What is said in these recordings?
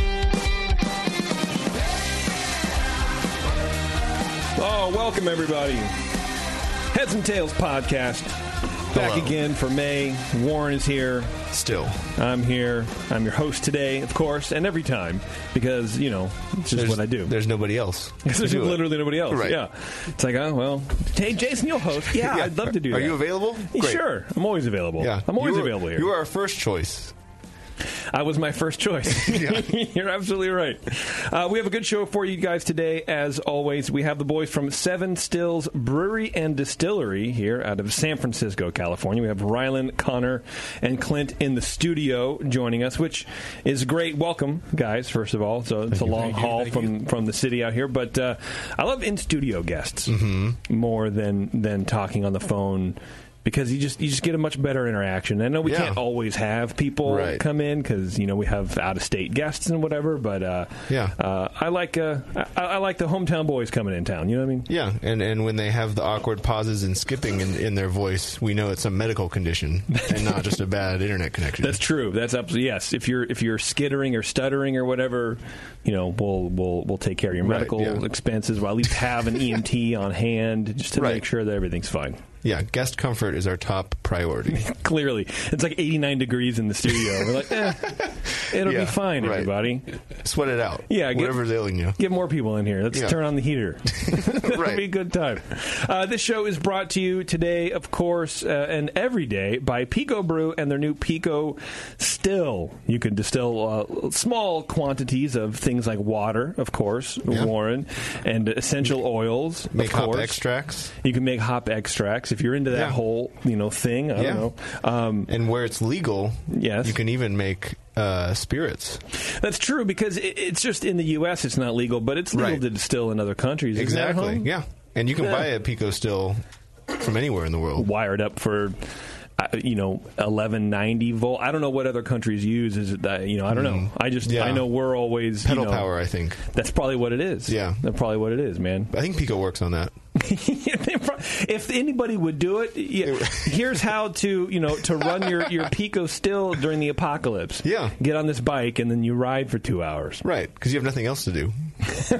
Well, Oh, welcome everybody. Heads and Tails podcast. Back Hello. again for May. Warren is here. Still, I'm here. I'm your host today, of course, and every time because, you know, it's just there's, what I do. There's nobody else. Because to there's do it. literally nobody else. Right. Yeah. It's like, oh, well, hey, Jason, you'll host. Yeah, Yeah. I'd love to do Are that. you available? Yeah, Great. Sure. I'm always available. Yeah, I'm always You were- available here. You are our first choice. I was my first choice. Yeah. You're absolutely right. Uh, we have a good show for you guys today. As always, we have the boys from Seven Stills Brewery and Distillery here out of San Francisco, California. We have Rylan, Connor, and Clint in the studio joining us, which is great. Welcome, guys. First of all, so it's a long thank you, haul thank from from the city out here, but uh, I love in studio guests Mm-hmm. more than than talking on the phone. Because you just you just get a much better interaction. I know we Yeah. can't always have people Right. come in because you know we have out of state guests and whatever. But uh, Yeah. uh, I like uh, I, I like the hometown boys coming in town. You know what I mean? Yeah, and, and when they have the awkward pauses and skipping in, in their voice, we know it's a medical condition and not just a bad internet connection. That's true. That's absolutely yes. If you're if you're skittering or stuttering or whatever, you know we'll we'll we'll take care of your Right, medical yeah. expenses. We'll at least have an EMT on hand just to Right. make sure that everything's fine. yeah, guest comfort is our top priority. Clearly, it's like 89 degrees in the studio. We're like, eh, it'll Yeah, be fine, right. everybody. Sweat it out. Yeah, get- whatever's ailing you. Get more people in here. Let's Yeah. turn on the heater. That'll Right. be a good time. Uh, this show is brought to you today, of course, uh, and every day by Pico Brew and their new Pico Still. You can distill uh, small quantities of things like water, of course, Yeah. Warren, and essential oils, Make of hop course. extracts, You can make hop extracts if you're into that Yeah. whole you know thing. I Yeah. don't know. Um, and where it's legal, Yes. you can even make uh, spirits. That's true because it, it's just in the U.S. it's not legal, but it's legal Right. to distill in other countries. Isn't that Exactly. home? Yeah, and you can Yeah. buy a pico still from anywhere in the world. wired up for. uh, You know, 1190 volt. I don't know what other countries use. Is it that you know? I don't know. I just Mm. Yeah. I know we're always Pedal you know, power, I think. That's probably what it is. Yeah. that's probably what it is, man. I think Pico works on that. if anybody would do it, yeah, here's how to you know to run your your Pico still during the apocalypse. Yeah. get on this bike and then you ride for two hours. Right, because you have nothing else to do.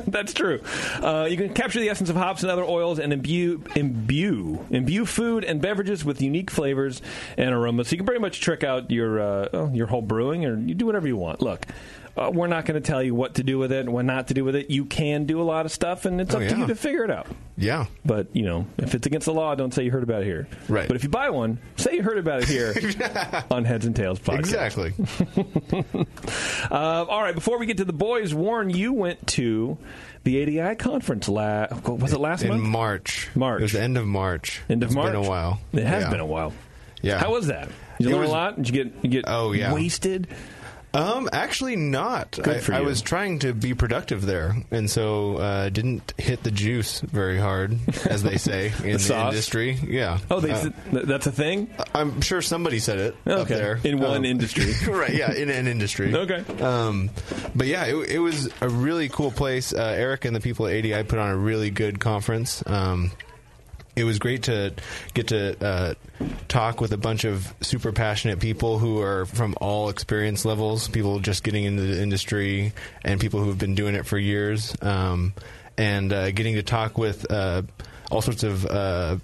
That's true. Uh, you can capture the essence of hops and other oils and imbue, imbue, imbue food and beverages with unique flavors and aromas. So you can pretty much trick out your uh, oh, your whole brewing, or you do whatever you want. Look. Uh, we're not going to tell you what to do with it and what not to do with it. You can do a lot of stuff, and it's Oh, up to yeah. you to figure it out. Yeah. But you know, if it's against the law, don't say you heard about it here. Right. But if you buy one, say you heard about it here on Heads and Tails podcast. Exactly. Uh, all right, before we get to the boys, Warren, you went to the ADI conference. La- was it last In month? March. March. It was the end of March. End of It's March. been a while. It has Yeah. been a while. Yeah. How was that? Did you It learn was- a lot? Did you get you get Oh, yeah. wasted? Um, actually, not. I, for I you. was trying to be productive there, and so uh, didn't hit the juice very hard, as they say in the, sauce? industry. Yeah. Oh, they, Uh, th- that's a thing. I'm sure somebody said it up Okay. there Um, In one industry. right? Yeah, in an industry. Okay. Um, but yeah, it, it was a really cool place. Uh, Eric and the people at ADI put on a really good conference. Um, it was great to get to uh, talk with a bunch of super passionate people who are from all experience levels, people just getting into the industry, and people who have been doing it for years, um, and uh, getting to talk with uh, all sorts of uh,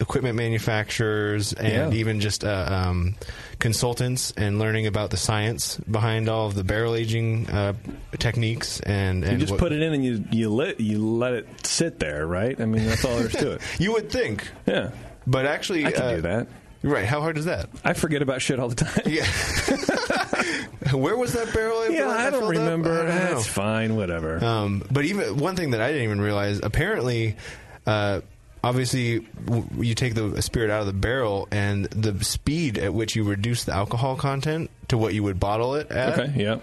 equipment manufacturers and Yeah. even just uh, um, consultants, and learning about the science behind all of the barrel aging uh, techniques. And, and You just what- put it in and you you let you let it sit there, right? I mean, that's all there is to it. You would think, Yeah, but actually, I can uh, do that. Right? How hard is that? I forget about shit all the time. Yeah. Where was that barrel? I- Yeah, I don't filled up? remember. I don't know. That's fine. Whatever. Um, but even one thing that I didn't even realize apparently, uh, obviously, w- you take the spirit out of the barrel, and the speed at which you reduce the alcohol content to what you would bottle it at okay. Yeah.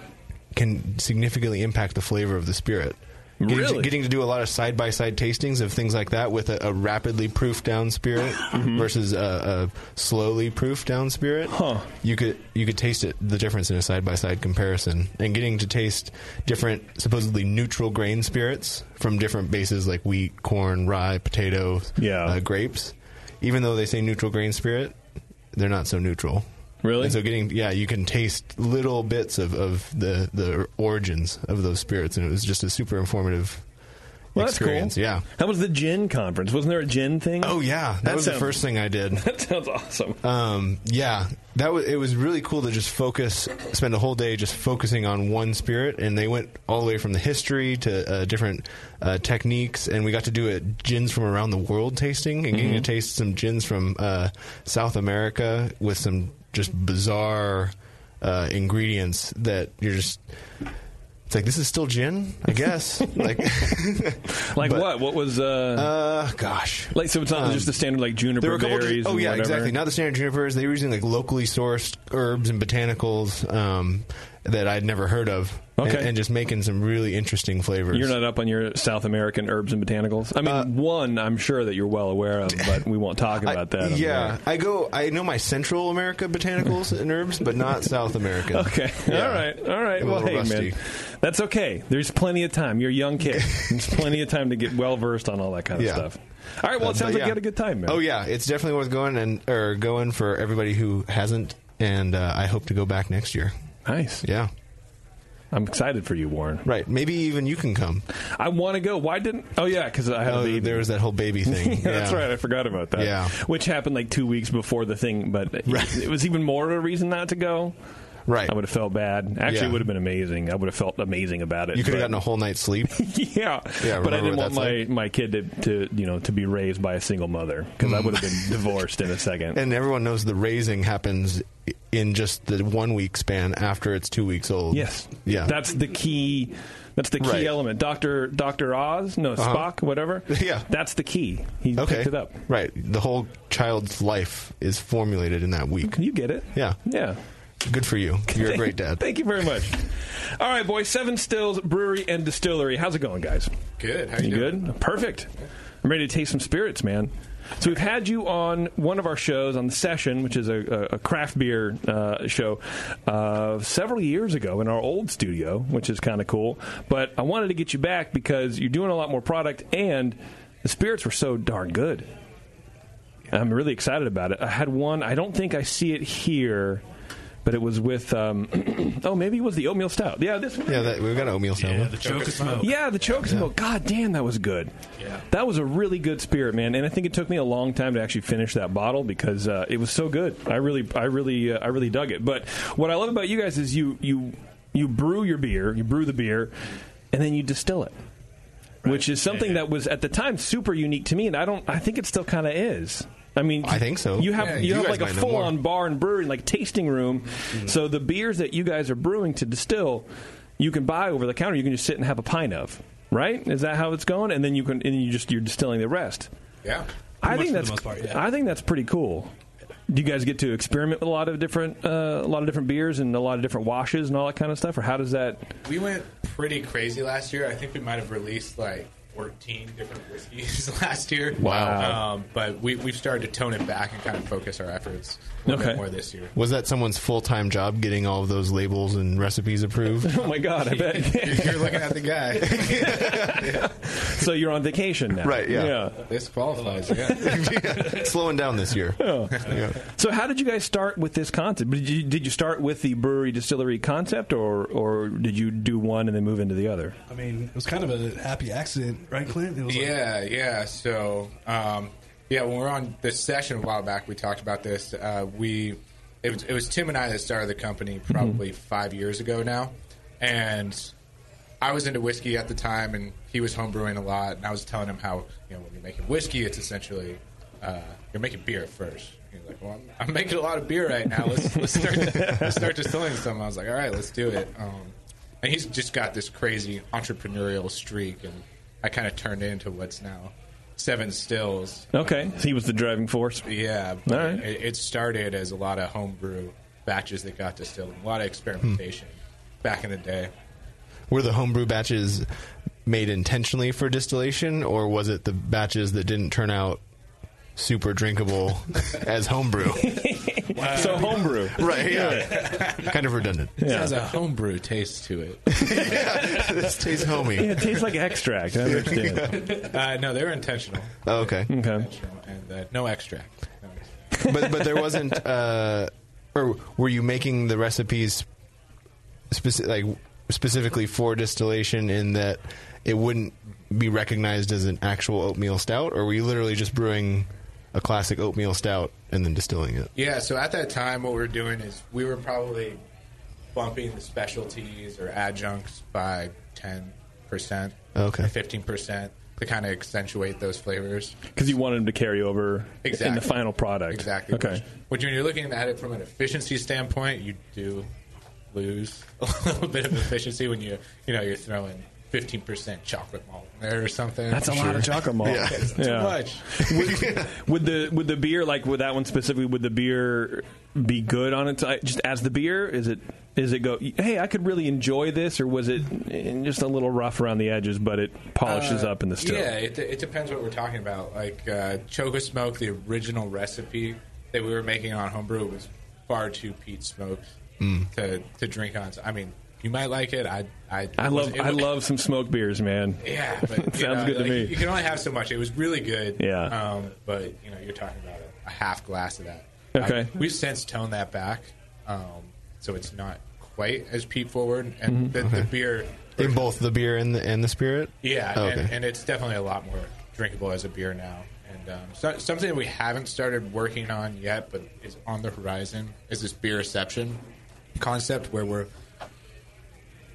can significantly impact the flavor of the spirit. Getting Really? to, getting to do a lot of side by side tastings of things like that with a, a rapidly proofed down spirit Mm-hmm. versus a, a slowly proofed down spirit. Huh. You could you could taste it the difference in a side by side comparison, and getting to taste different supposedly neutral grain spirits from different bases like wheat, corn, rye, potato, Yeah. uh, grapes. Even though they say neutral grain spirit, they're not so neutral. Really? And so getting yeah, you can taste little bits of, of the the origins of those spirits, and it was just a super informative Well, that's experience. cool. Yeah. How was the gin conference? Wasn't there a gin thing? Oh yeah, that was the sounds- first thing I did. that sounds awesome. Um, yeah, that was it. Was really cool to just focus, spend a whole day just focusing on one spirit, and they went all the way from the history to uh, different uh, techniques, and we got to do a gins from around the world tasting, and getting to taste some gins from uh, South America with some just bizarre uh, ingredients that you're just. It's like this is still gin, I guess. like, Like but- what? What was uh, uh, gosh, like? So it's not just the standard like juniper there were a couple. berries. oh and yeah, whatever. exactly. Not the standard junipers. They were using like locally sourced herbs and botanicals um, that I'd never heard of. Okay. and, and just making some really interesting flavors. You're not up on your South American herbs and botanicals. I mean, Uh, one I'm sure that you're well aware of, but we won't talk I- about that. I'm yeah, aware. I go. I know my Central America botanicals and herbs, but not South America. Okay. Yeah. All right. All right. I'm a well, hey, little rusty. man, that's okay. There's plenty of time. You're a young kid. There's plenty of time to get well versed on all that kind of Yeah. stuff. All right. Well, it Uh, But sounds like yeah. you had a good time, man. Oh yeah, it's definitely worth going and or going for everybody who hasn't. And uh, I hope to go back next year. nice. Yeah, I'm excited for you, Warren. right. Maybe even you can come. I want to go. Why didn't? Oh yeah, because I had a Oh, baby. there was that whole baby thing. That's Yeah. right. I forgot about that. Yeah. Which happened like two weeks before the thing, but it- Right. it was even more of a reason not to go. Right. I would have felt bad. Actually, Yeah. it would have been amazing. I would have felt amazing about it. You could have but- gotten a whole night's sleep. yeah. Yeah, but I remember didn't what want that's my, my kid to, to you know to be raised by a single mother because I would have been divorced in a second. Mm. and everyone knows the raising happens in just the one week span after it's two weeks old. yes. Yeah. That's the key. That's the key Right. Uh-huh. element. Doctor Doctor Oz, no Spock, whatever. Yeah. That's the key. He okay. picked it up. Right. The whole child's life is formulated in that week. You get it. Yeah. Yeah. Good for you. You're a great dad. Thank you very much. All right, boys. Seven Stills Brewery and Distillery. How's it going, guys? Good. How you, You doing? good? Perfect. I'm ready to taste some spirits, man. So we've had you on one of our shows on the session, which is a, a, a craft beer uh, show, uh, several years ago in our old studio, which is kind of cool. But I wanted to get you back because you're doing a lot more product, and the spirits were so darn good. I'm really excited about it. I had one. I don't think I see it here, but it was with. Um, oh, maybe it was the oatmeal stout. Yeah, this one. Yeah, that, we've got an oatmeal Yeah, sandwich. the choke of smoke. Yeah, the choke smoke. God damn, that was good. Yeah. That was a really good spirit, man. And I think it took me a long time to actually finish that bottle because uh, it was so good. I really, I really, uh, I really dug it. But what I love about you guys is you, you, you brew your beer, you brew the beer, and then you distill it. Which is something Yeah. that was at the time super unique to me, and I don't. I think it still kind of is. I mean, I think so. You have Yeah, you, you have guys like a might know full on more. Mm-hmm. bar and brewery, like tasting room. So the beers that you guys are brewing to distill, you can buy over the counter. You can just sit and have a pint of. Right? Is that how it's going? And then you can and you just you're distilling the rest. Yeah. I Pretty think much that's for the most part, yeah. I think that's pretty cool. Do you guys get to experiment with a lot of different uh, a lot of different beers and a lot of different washes and all that kind of stuff? Or how does that? we went pretty crazy last year. I think we might have released like 14 different whiskeys last year. Wow. Um, but we, we've started to tone it back and kind of focus our efforts a little Okay. bit more this year. Was that someone's full time job getting all of those labels and recipes approved? Oh my god! I bet. You're looking at the guy. so you're on vacation now, Right, yeah. yeah. this qualifies, yeah. Slowing down this year. Oh. Yeah. So, how did you guys start with this concept? Did you, did you start with the brewery distillery concept, or or did you do one and then move into the other? I mean, it was kind of a happy accident, right, Clint? It was like- Yeah, yeah. So, um, yeah, when we were on this session a while back, we talked about this. Uh, we it was, it was Tim and I that started the company probably five years ago now, and I was into whiskey at the time, and he was homebrewing a lot, and I was telling him how you know when you're making whiskey, it's essentially uh, you're making beer first. He's like, well, I'm, I'm making a lot of beer right now. Let's, let's start let's start distilling some. I was like, all right, let's do it. Um, and he's just got this crazy entrepreneurial streak, and I kind of turned into what's now Seven Stills. Okay, so he was the driving force. Yeah, All right. it, it started as a lot of homebrew batches that got distilled, a lot of experimentation Hmm. back in the day. Were the homebrew batches made intentionally for distillation, or was it the batches that didn't turn out super drinkable as homebrew? So homebrew, Right, yeah. kind of redundant. It has a homebrew taste to it. this tastes homey. Yeah, it tastes like extract. I understand. Uh, no, they were intentional. Oh, okay. Okay. Intentional and uh, no extract. No extract. But but there wasn't uh or were you making the recipes speci- like specifically for distillation in that it wouldn't be recognized as an actual oatmeal stout, or were you literally just brewing a classic oatmeal stout and then distilling it? Yeah, so at that time, what we were doing is we were probably bumping the specialties or adjuncts by 10%, Okay. or 15% to kind of accentuate those flavors. Because you wanted them to carry over in Exactly. the final product. Exactly. Okay. Which, which when you're looking at it from an efficiency standpoint, you do lose a little bit of efficiency when you you know you're throwing 15% chocolate malt in there or something. That's a lot of chocolate malt. Yeah. It's too Yeah. much. Would the would the beer like with that one specifically? Would the beer be good on its I- just as the beer? Is it is it go? Hey, I could really enjoy this, or was it eh, just a little rough around the edges, but it polishes Uh, up in the still? Yeah, it, it depends what we're talking about. Like uh, Choco Smoke, the original recipe that we were making on homebrew was far too peat smoked to, to drink on. So, I mean, you might like it. I I, I it was- love it I was- love some smoked beers, man. Yeah, but Sounds you know, good to like, me. You can only have so much. It was really good. Yeah. Um, but you know, you're talking about a, a half glass of that. Okay. I- we've since toned that back, um, so it's not quite as peat forward, Mm-hmm. and the, the beer. In both the beer and the and the spirit. Yeah, Okay. and, and it's definitely a lot more drinkable as a beer now. And um, so, something that we haven't started working on yet, but is on the horizon, is this beer reception concept where we're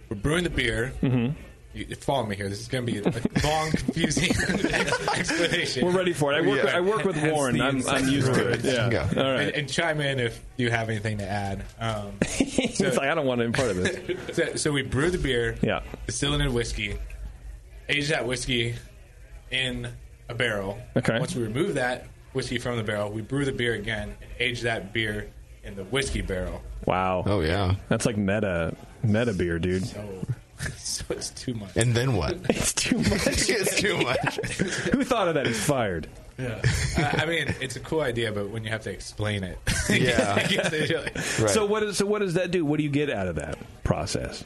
we're brewing the beer. Mm-hmm. You, you follow me here. This is going to be a long, confusing explanation. We're ready for it. I work Yeah. I work with Hence Warren. the I'm I'm incentive. used to it. Yeah. Yeah. All And, right. and chime in if you have anything to add. Um, it's like I don't want any part of this. so, so we brew the beer. Yeah. Distill it in whiskey. Age that whiskey in a barrel. Okay. Once we remove that whiskey from the barrel, we brew the beer again and age that beer in the whiskey barrel. Wow. Oh yeah. That's like meta meta beer, dude. So, Oh, so it's too much. And then what? It's too much. it's too much. Who thought of that? He's fired. Yeah. I I mean, it's a cool idea, but when you have to explain it, Yeah. I guess they really- Right. So what is so what does that do? What do you get out of that process?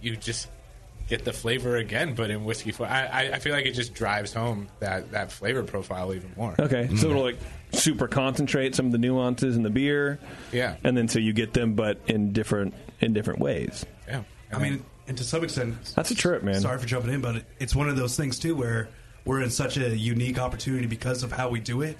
you just get the flavor again, but in whiskey form. I, I, I feel like it just drives home that, that flavor profile even more. Okay, so it'll like super concentrate some of the nuances in the beer. Yeah. and then so you get them, but in different in different ways. Yeah. I mean, and to some extent, That's a trip, man. Sorry for jumping in, but it- it's one of those things too where we're in such a unique opportunity because of how we do it.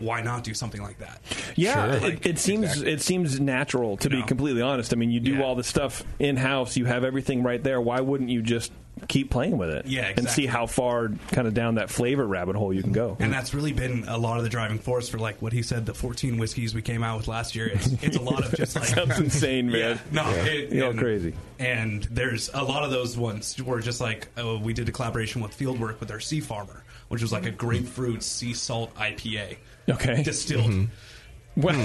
Why not do something like that? Yeah, Sure. it, it seems Exactly. it seems natural to be know? completely honest. I mean, you do Yeah. all the stuff in house. You have everything right there. Why wouldn't you just keep playing with it? Yeah, and see exactly. how far kind of down that flavor rabbit hole you can go. And that's really been a lot of the driving force for like what he said. The 14 whiskeys we came out with last year. It's, it's a lot of just like That's insane, man. Yeah, no, it- You're all and- crazy. And there's a lot of those ones were just like oh, we did a collaboration with Fieldwork with our Sea Farmer, which was like a grapefruit sea salt IPA, Okay. Mm-hmm. distilled, Well,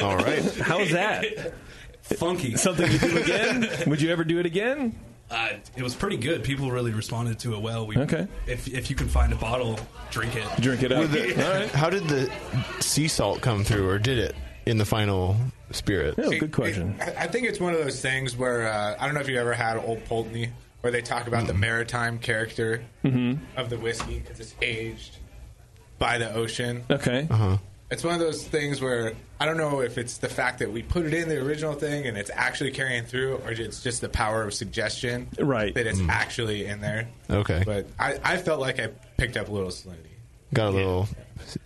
All right. how's that? funky. Something you do again? Would you ever do it again? Uh, it was pretty good. People really responded to it well. We, Okay. if if you can find a bottle, drink it. Drink it up. With the- all right. How did the sea salt come through, or did it in the final spirit? Oh, It- good question. it- I I think it's one of those things where uh, I don't know if you ever had Old Pulteney, where they talk about the Mm-hmm. maritime character of the whiskey because it's aged by the ocean. Okay. Uh-huh. It's one of those things where I don't know if it's the fact that we put it in the original thing and it's actually carrying through, or it's just the power of suggestion, Right. Mm-hmm. That it's actually in there. Okay. but I, I felt like I picked up a little salinity. Got a little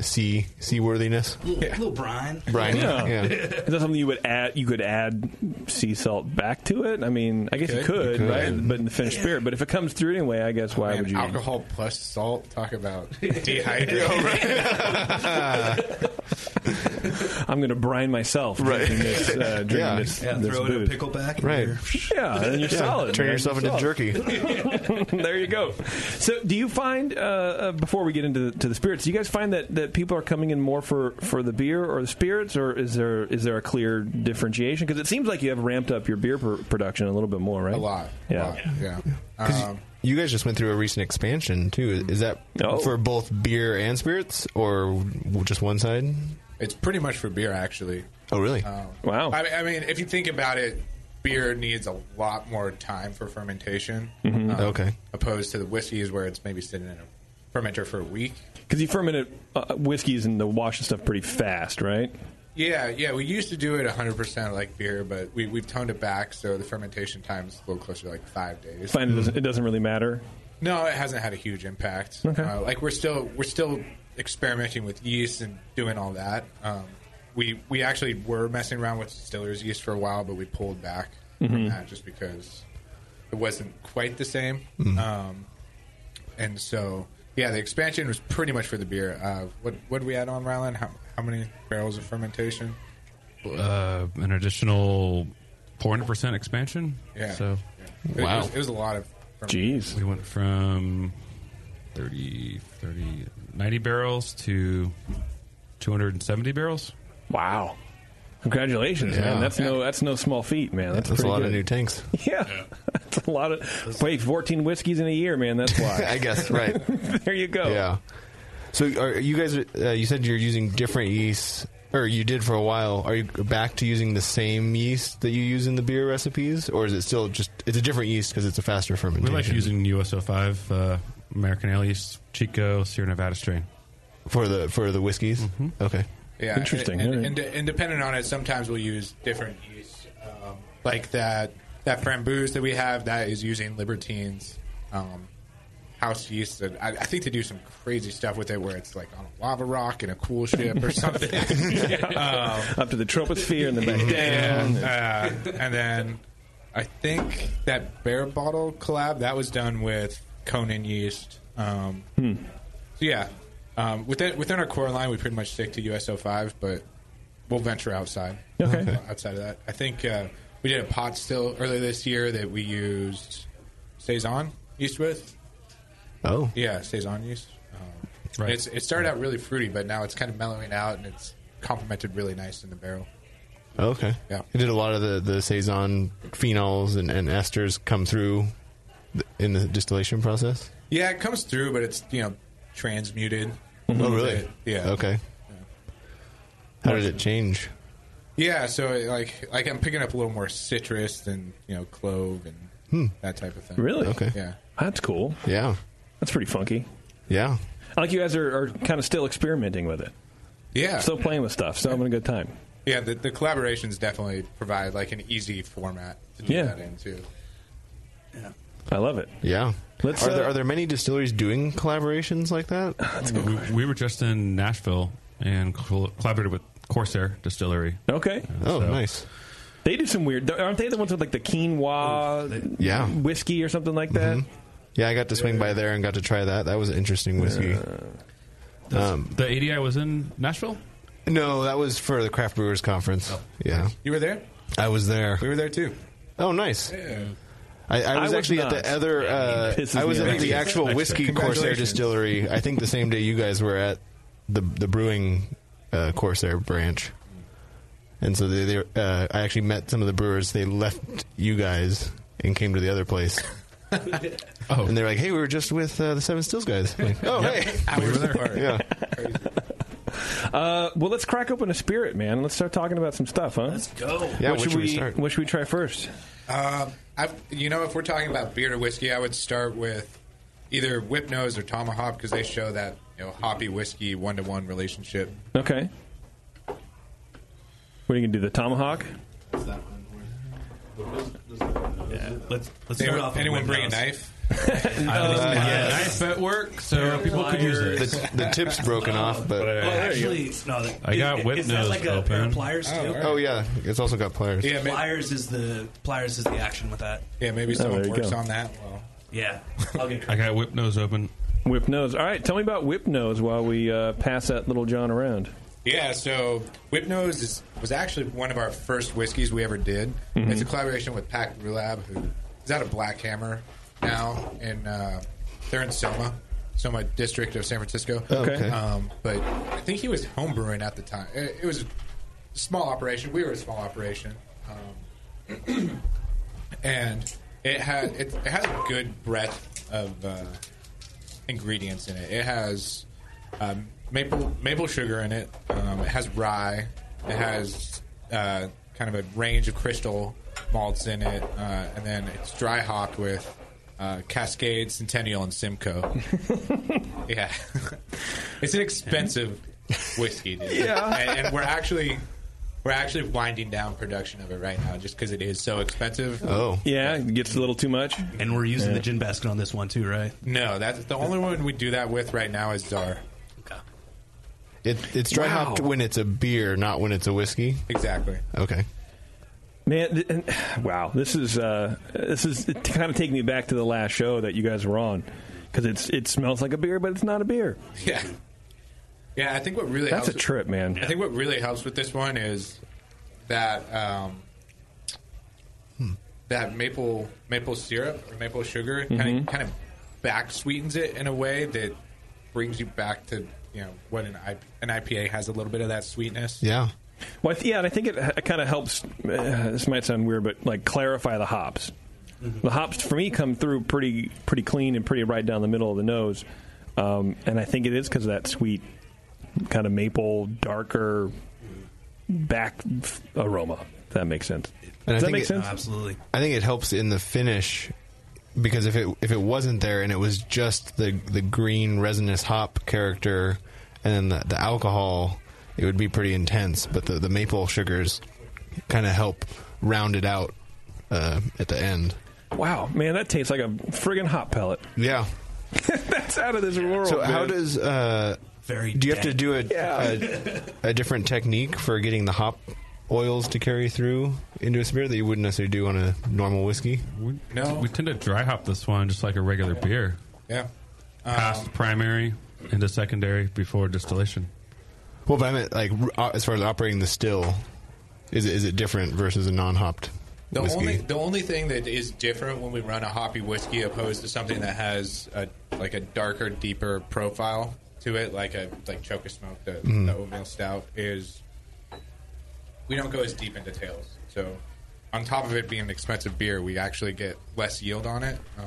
sea seaworthiness. little, little brine. Brian. Yeah. yeah. Is that something you would add? You could add sea salt back to it. I mean, I guess you Could. could, You could. right? But in the finished spirit. But if it comes through anyway, I guess why Man, would you? alcohol plus salt? Talk about dehydrated. I'm going to brine myself Right. drinking this, uh, drinking Yeah. this, Yeah, this throw it in a booze. pickle back. Right. You're- Yeah, and you're Yeah. solid. Turn man. yourself You're into jerky. solid. there you go. So, do you find uh, uh, before we get into the, to the spirits, do you guys find that, that people are coming in more for, for the beer or the spirits, or is there is there a clear differentiation? Because it seems like you have ramped up your beer pr- production a little bit more, right? A lot. Yeah. A lot. Yeah. 'Cause Um, you guys just went through a recent expansion too. Is that Oh. for both beer and spirits, or just one side? it's pretty much for beer, actually. Um, Oh, really? Uh, Wow. I mean, I mean, if you think about it, beer needs a lot more time for fermentation, um, Okay. opposed to the whiskeys where it's maybe sitting in a fermenter for a week. Because you fermented uh, whiskeys and the wash and stuff pretty fast, right? Yeah, yeah. We used to do it 100% like beer, but we, we've toned it back, so the fermentation time is a little closer to like five days. Find it, doesn't, it doesn't really matter. No, it hasn't had a huge impact. Okay. Uh, like we're still we're still experimenting with yeast and doing all that. Um, we we actually were messing around with distillers yeast for a while, but we pulled back from that just because it wasn't quite the same. Um, and so yeah, the expansion was pretty much for the beer. Uh, what what did we add on Rylan? How how many barrels of fermentation? Uh, an additional 400% expansion. Yeah. So It- it Wow. was- It was, a lot of. fermentation. Jeez. we went from 30, 30, 90 barrels to 270 barrels. Wow. Congratulations, Yeah. man. That's no that's no small feat, man. That's, That's a pretty lot good. of new tanks. Yeah. That's a lot of wait, fourteen whiskeys in a year, man. That's why. I guess right. there you Oh. go. Yeah. So are you guys? Uh, you said you're using different yeasts, or you did for a while. Are you back to using the same yeast that you use in the beer recipes, or is it still just it's a different yeast because it's a faster We fermentation? like using USO5, uh, American Ale Yeast, Chico, Sierra Nevada strain. for the for the whiskeys. Mm-hmm. Okay. Yeah, Interesting, And, yeah. and, and, and depending on it, sometimes we'll use different yeast, um, like that that framboise that we have. That is using Libertine's um, house yeast. That I, I think they do some crazy stuff with it, where it's like on a lava rock in a cool ship or something. Up to the troposphere and then back down. and, uh, and then I think that bear bottle collab that was done with Conan yeast. Um, So yeah, um, within within our core line, we pretty much stick to USO five, but we'll venture outside. Uh, Okay. outside of that, I think uh, we did a pot still earlier this year that we used saison yeast with. Oh, Yeah, saison yeast. Um, Right. It's, it started out really fruity, but now it's kind of mellowing out, and it's complemented really nice in the barrel. okay. Yeah. You did a lot of the the saison phenols and, and esters come through th- in the distillation process. Yeah, it comes through, but it's you know transmuted. Oh, really? Yeah. Okay. How did it change? Yeah, so like like I'm picking up a little more citrus and you know clove and Hmm. that type of thing. Really? Okay. Yeah. That's cool. Yeah. That's pretty funky. Yeah. I like you guys are, are kind of still experimenting with it. Yeah. Still playing with stuff, still having a good time. yeah, the, the collaborations definitely provide like an easy format to do Yeah. that in too. I love it. Yeah. Let's, are uh, there are there many distilleries doing collaborations like that? We, we were just in Nashville and col- collaborated with Corsair Distillery. Okay. Oh, So- nice. They do some weird aren't they the ones with like the quinoa Yeah. whiskey or something like that? Yeah, I got to swing by there and got to try that. That was an interesting whiskey. The ADI was in Nashville? No, that was for the craft brewers conference. Yeah, You were there? I was there. We were there too. Oh, nice. Yeah. I, I was was actually not. at the other. Uh, pisses I was me at off. the actual Extra. whiskey Corsair Congratulations. distillery. I think the same day you guys were at the the brewing uh, Corsair branch. And so they, they uh, I actually met some of the brewers. They left you guys and came to the other place. Oh. And they're like, "Hey, we were just with uh, the Seven Stills guys." I'm like, oh, hey, We were there. yeah. Uh, well, let's crack open a spirit, man. Let's start talking about some stuff, huh? Let's go. Yeah, what should we, start? What should we try first? Um, I've, you know, if we're talking about beer or whiskey, I would start with either Whip Nose or Tomahawk because they show that you know hoppy whiskey one to one relationship. Okay. What are you gonna do? The tomahawk? Yeah. Let's let's start Anyone, off. Uh, with anyone bring a Windows. knife? Uh, Uh, Knife at work, so people could use it. the, the tip's broken off, but Well, actually, no. that- I got is- whip Is that nose like a open. pair of pliers too? all right. oh yeah, it's also got pliers. Yeah, maybe, Pliers is the pliers is the action with that. yeah, maybe someone Oh, there you works go. on that. Well, Yeah. I'll get I got whip nose open. Whip nose. All right, tell me about whip nose while we uh, pass that little John around. Yeah, so Whip Nose is, was actually one of our first whiskeys we ever did. Mm-hmm. It's a collaboration with Pac Brew Lab, who is out of Black Hammer now, and uh, they're in Soma, Soma district of San Francisco. Oh, Okay. Okay. Um, but I think he was homebrewing at the time. It, it was a small operation. We were a small operation. Um, and it has it, it has a good breadth of uh, ingredients in it. It has um, maple maple sugar in it. Um, it has rye. It has uh, kind of a range of crystal malts in it, uh, and then it's dry hopped with uh, Cascade, Centennial, and Simcoe. yeah, it's an expensive whiskey, dude. Yeah. and, and we're actually We're actually winding down production of it right now just because it is so expensive. Oh, Yeah, it gets a little too much. And we're using the gin basket on this one too, right? No, that's the only one we do that with right now is Czar. it, it's dry Wow. hopped when it's a beer, not when it's a whiskey. Exactly. Okay. Man, th- and, wow, this is uh, this is kind of taking me back to the last show that you guys were on because it's it smells like a beer, but it's not a beer. Yeah. Yeah, I think what really That's a helps trip, man. I think what really helps with this one is that um, Hmm. that maple maple syrup or maple sugar kind Mm-hmm. of kind of back sweetens it in a way that brings you back to you know what an IP, an IPA has a little bit of that sweetness. Yeah. Well, I th- yeah, and I think it, it kind of helps. Uh, this might sound weird, but like clarify the hops. The hops for me come through pretty pretty clean and pretty right down the middle of the nose, um, and I think it is because of that sweet, kind of maple, darker back f- aroma. If that makes sense. And I Does that think make it- sense? Absolutely. I think it helps in the finish because if it if it wasn't there and it was just the the green resinous hop character and then the, the alcohol, it would be pretty intense. But the, the maple sugars kind of help round it out uh, at the end. Wow, man, that tastes like a friggin' hot pellet. Yeah. That's out of this world. So how man. does uh, Very. do you have to dank. do a, a a different technique for getting the hop oils to carry through into a spirit that you wouldn't necessarily do on a normal whiskey? We, No. we tend to dry hop this one just like a regular beer. Yeah. Past primary into secondary before distillation. Well, but I meant like r- uh, as far as operating the still, is it, is it different versus a non-hopped The whiskey? only the only thing that is different when we run a hoppy whiskey opposed to something that has a like a darker, deeper profile to it, like a like choker smoke, the, Mm. the oatmeal stout, is we don't go as deep into tails. So on top of it being an expensive beer, we actually get less yield on it um,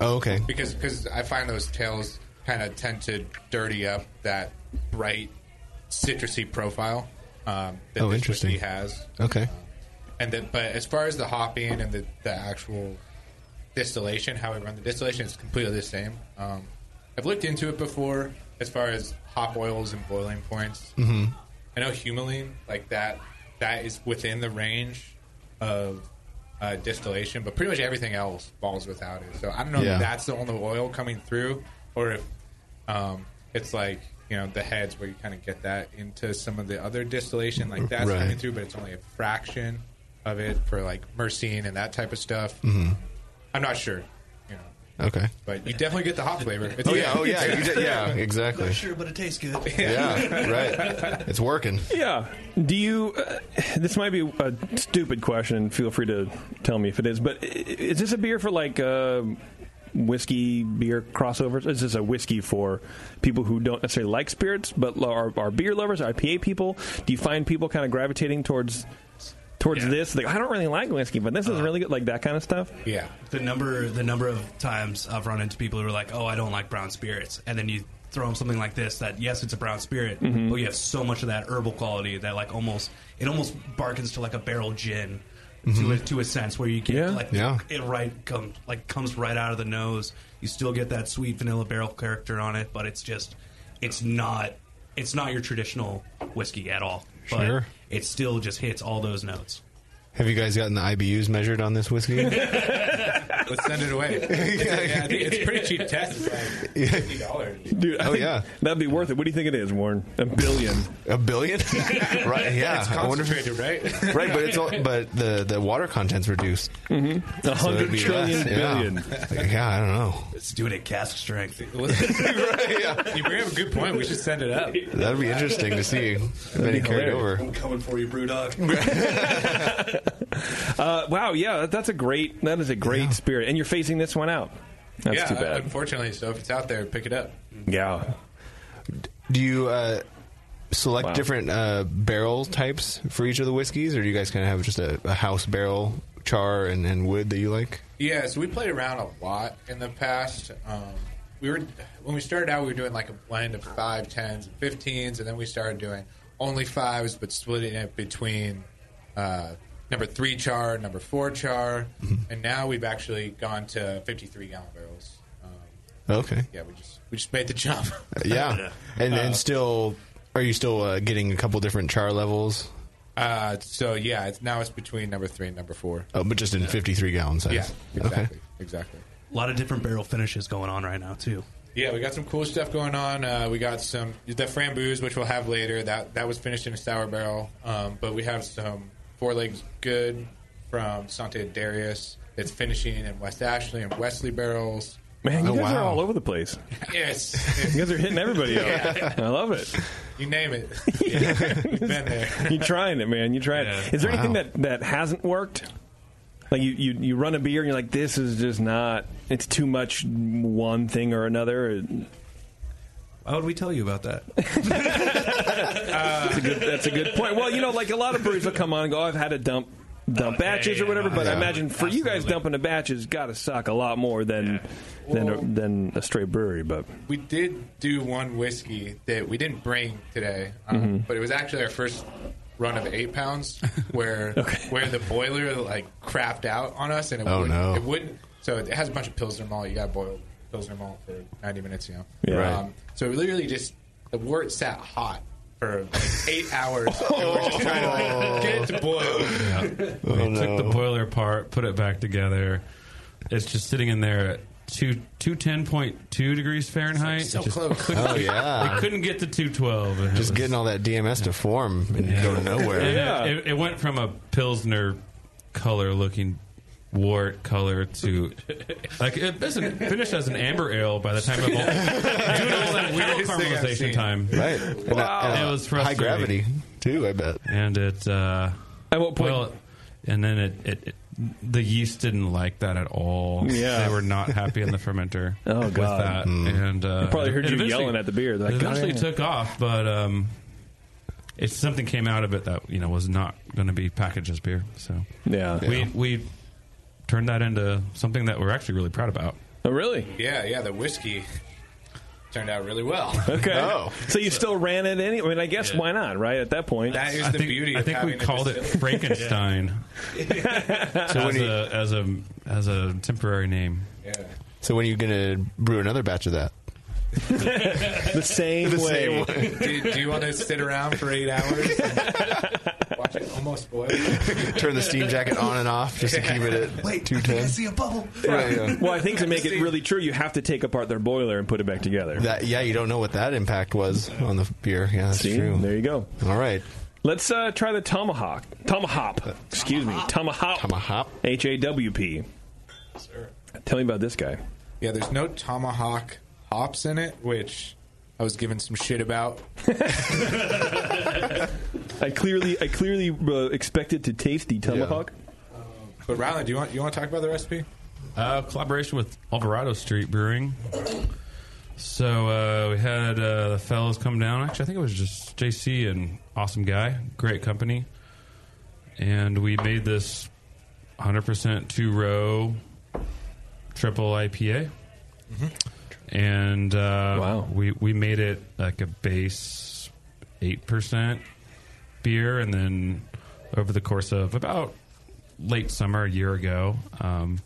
oh, okay. because because I find those tails kind of tend to dirty up that bright citrusy profile um, that Oh, this interesting. whiskey has. Okay. And the, but as far as the hopping and the, the actual distillation, how we run the distillation is completely the same. Um, I've looked into it before as far as hop oils and boiling points. Mm-hmm. I know humulene like that that is within the range of uh, distillation, but pretty much everything else falls without it. So I don't know Yeah. if that's the only oil coming through, or if um, it's like you know the heads where you kind of get that into some of the other distillation like that's Right. coming through, but it's only a fraction of it for like myrcene and that type of stuff. Mm-hmm. I'm not sure, you know, Okay. but you definitely get the hop flavor. It's Oh yeah. Oh yeah. you did- yeah. Exactly. Sure, but it tastes good. Yeah. Right. It's working. Yeah. Do you? Uh, this might be a stupid question. Feel free to tell me if it is. But i- is this a beer for like uh, whiskey beer crossovers? Is this a whiskey for people who don't necessarily like spirits but lo- are, are beer lovers, IPA people? Do you find people kind of gravitating towards towards Yeah. this? Like, I don't really like whiskey, but this is really good. Like that kind of stuff. yeah. The number, the number of times I've run into people who are like, "Oh, I don't like brown spirits," and then you throw them something like this. That yes, it's a brown spirit, Mm-hmm. but you have so much of that herbal quality that like almost it almost barkens to like a barrel gin. To a, to a sense where you get Yeah. like Mm-hmm. Yeah. it right comes like comes right out of the nose. You still get that sweet vanilla barrel character on it, but it's just it's not it's not your traditional whiskey at all. But Sure. it still just hits all those notes. Have you guys gotten the IBUs measured on this whiskey? Let's send it away. It's, yeah, I think it's a pretty cheap test. It's like fifty dollars. Dude, I Oh, think yeah. that'd be worth it. What do you think it is, Warren? A billion. A billion. right. Yeah. I wonder. If, Concentrated, right? right. But it's all, but the the water content's reduced. Mm-hmm. A So it'd hundred be trillion less. billion. Yeah. yeah. I don't know. Let's do it at cask strength. You bring up a good point. We should send it up. That'd be interesting to see if any carried hilarious. over. coming for you, Brewdog. Uh, wow, yeah, that- that's a great. That is a great spirit, and you're facing this one out. That's yeah, too bad. unfortunately. So if it's out there, pick it up. yeah, Do you uh, select Wow. different uh, barrel types for each of the whiskeys, or do you guys kind of have just a, a house barrel char and, and wood that you like? Yeah, so we played around a lot in the past. Um, we were when we started out, we were doing like a blend of five tens and fifteens, and then we started doing only fives, but splitting it between uh, number three char, number four char, and now we've actually gone to fifty-three gallon barrels. Um, Okay, yeah, we just we just made the jump. uh, yeah, and and still, are you still uh, getting a couple different char levels? Uh, so yeah, it's, now it's between number three and number four. Oh, but just in 53 gallon size. Yeah, exactly, Okay. exactly. A lot of different barrel finishes going on right now too. Yeah, we got some cool stuff going on. Uh, we got some the framboos, which we'll have later. That that was finished in a sour barrel, um, but we have some four legs good from Santa Darius. It's finishing in West Ashley and Wesley barrels. Man, you Oh, guys are wow. all over the place. Yes, You guys are hitting everybody up. I love it. you name it. Yeah, we've been there. You're trying it, man. You're trying Yeah. it. Is there anything Wow. that, that hasn't worked? Like you, you, you run a beer and you're like, this is just not. It's too much one thing or another. Why would we tell you about that? That's a good, that's a good point. Well, you know, like a lot of breweries will come on and go, "Oh, I've had to dump dump batches yeah, or whatever. yeah, But I yeah. imagine for you guys, Absolutely. dumping a batch has got to suck a lot more than than a, Well- than a straight brewery. But We did do one whiskey that we didn't bring today, um, Mm-hmm. but it was actually our first run of eight pounds, where where the boiler like crapped out on us, and it Oh, wouldn't, no. it wouldn't. So it has a bunch of pilsner malt. You got to boil pilsner malt for ninety minutes, you know. Yeah. Right. Um, so we literally just the wort sat hot for like eight hours. and we're just trying to like, get it to boil. Oh, We no. took the boiler apart, put it back together. It's just sitting in there at two two ten point two degrees Fahrenheit. So It just close. Couldn't, Oh, yeah. It couldn't get to two twelve. Just getting all that DMS to form and go to And nowhere. Yeah. It, it, it went from a pilsner color looking wart color to like it doesn't finish as an amber ale by the time of all, doing all that weird Weirdest thing I've caramelization seen. time. Right. And, uh, and, uh, It was high frustrating. gravity, too, I bet. and it uh At what point- well, and then it, it, it the yeast didn't like that at all Yeah. they were not happy in the fermenter Oh, with God. that and uh probably heard it you eventually- yelling at the beer. They're it like, "God eventually damn it." took off but um it's something came out of it that you know was not going to be packaged as beer so yeah, we we turned that into something that we're actually really proud about oh really? Yeah, yeah. The whiskey turned out really well. Okay. Oh. So you still ran it any? I mean, I guess Yeah. why not? Right at that point. That is I the think, beauty. I of think we having a called it distillery. Frankenstein as, you- a, as a as a temporary name. Yeah. So when are you going to brew another batch of that? the same way. do, do you want to sit around for eight hours and watch it almost boil? Turn the steam jacket on and off just to keep it at Wait, I think I 210. see a bubble. Right, yeah. Well, I think to make it really true, you have to take apart their boiler and put it back together. That, yeah, you don't know what that impact was on the beer. Yeah, that's See, true. there you go. All right. Let's uh, try the tomahawk. Tomahop. Excuse me. Tomahop. I'm a hop. H A W P. Tell me about this guy. Yeah, there's no tomahawk hops in it, which I was given some shit about. I clearly, I clearly uh, expected to taste the tomahawk. But Rylan, do you want you want to talk about the recipe? Uh, collaboration with Alvarado Street Brewing. So uh, we had uh, the fellas come down. Actually, I think it was just JC, an awesome guy, great company, and we made this 100% two row triple IPA. And uh, Mm-hmm. Wow. we we made it like a base eight percent beer, and then over the course of about late summer a year ago, um,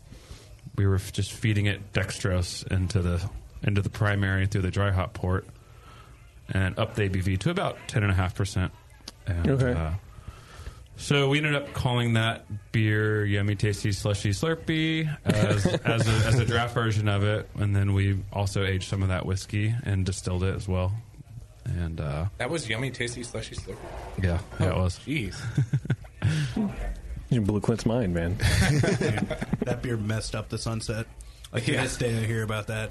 we were f- just feeding it dextrose into the into the primary through the dry hop port, and up the ABV to about ten and a half percent. uh, Okay. so we ended up calling that beer "Yummy Tasty Slushy Slurpee" as, as, a, as a draft version of it, and then we also aged some of that whiskey and distilled it as well. And uh, That was yummy, tasty, slushy slurp. yeah, yeah, it was. Jeez. You blew Clint's mind, man. That beer messed up the sunset. Like to Yeah. this day, I hear about that.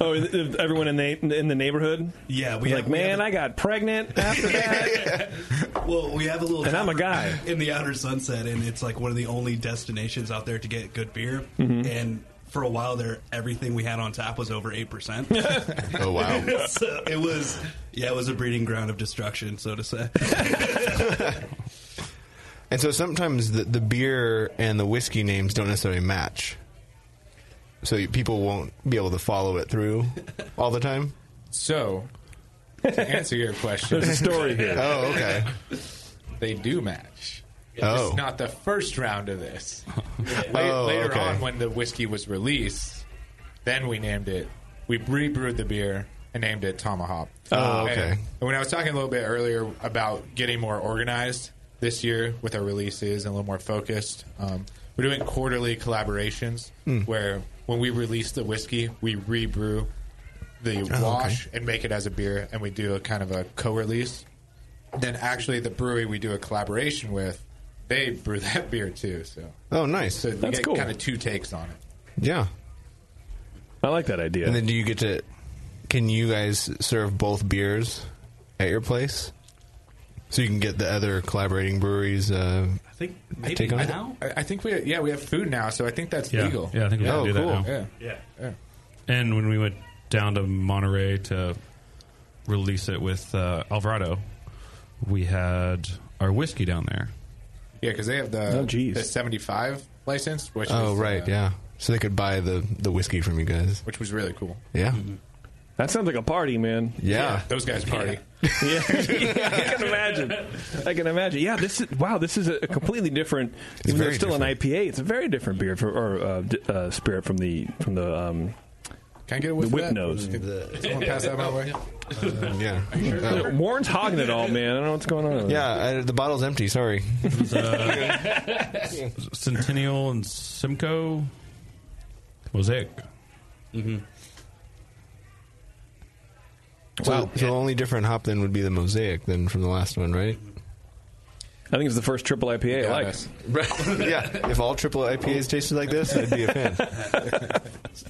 oh, is- is everyone in the in the neighborhood. Yeah, we like, have- we man, have- I got pregnant after that, Well, we have a little. and I'm a guy. in the outer sunset and it's like one of the only destinations out there to get good beer and for a while there everything we had on tap was over 8% Oh, wow. so it was yeah it was a breeding ground of destruction so to say And so sometimes the, the beer and the whiskey names don't necessarily match. So you- people won't be able to follow it through all the time. So to answer your question, There's a story here. Oh, okay. they do match. Oh. It's not the first round of this. La- Oh, later okay. on, when the whiskey was released, then we named it. We rebrewed the beer and named it Tomahawk. Oh, okay. And when I was talking a little bit earlier about getting more organized this year with our releases and a little more focused, um, we're doing quarterly collaborations Hmm. where when we release the whiskey, we rebrew the Oh, wash and make it as a beer, and we do a kind of a co-release. Then actually, the brewery we do a collaboration with, they brew that beer too. So, Oh, nice. so you That's get cool. kind of two takes on it. Yeah. I like that idea. And then do you get to? Can you guys serve both beers at your place? So you can get the other collaborating breweries. Uh, I think maybe Take on it? now. I, I think we yeah we have food now, so I think that's Yeah, legal. yeah, I think we Oh, can do cool. that now. yeah. Yeah. And when we went down to Monterey to release it with uh, Alvarado, we had our whiskey down there. Yeah, because they have the Oh, geez. the seventy five license, which oh, is, right, uh, yeah. So they could buy the the whiskey from you guys. which was really cool. Yeah, Mm-hmm. that sounds like a party, man. yeah. those guys party. Yeah, I can imagine. I can imagine. Yeah, this is wow. This is a a completely different. It's even though very it's still different. an IPA. It's a very different beer for, or uh, d- uh, spirit from the from the. Um, Can I get a whiff The whip of that? nose. Can Someone pass that my way. Yeah, Oh. look, Warren's hogging it all, man. I don't know what's going on. yeah. I, the bottle's empty. Sorry. Centennial and Simcoe, Mosaic. So, so the only different hop then would be the mosaic then from the last one, right? I think it's the first triple IPA I Yeah, like. that's- yeah. If all triple IPAs tasted like this, I'd be a fan.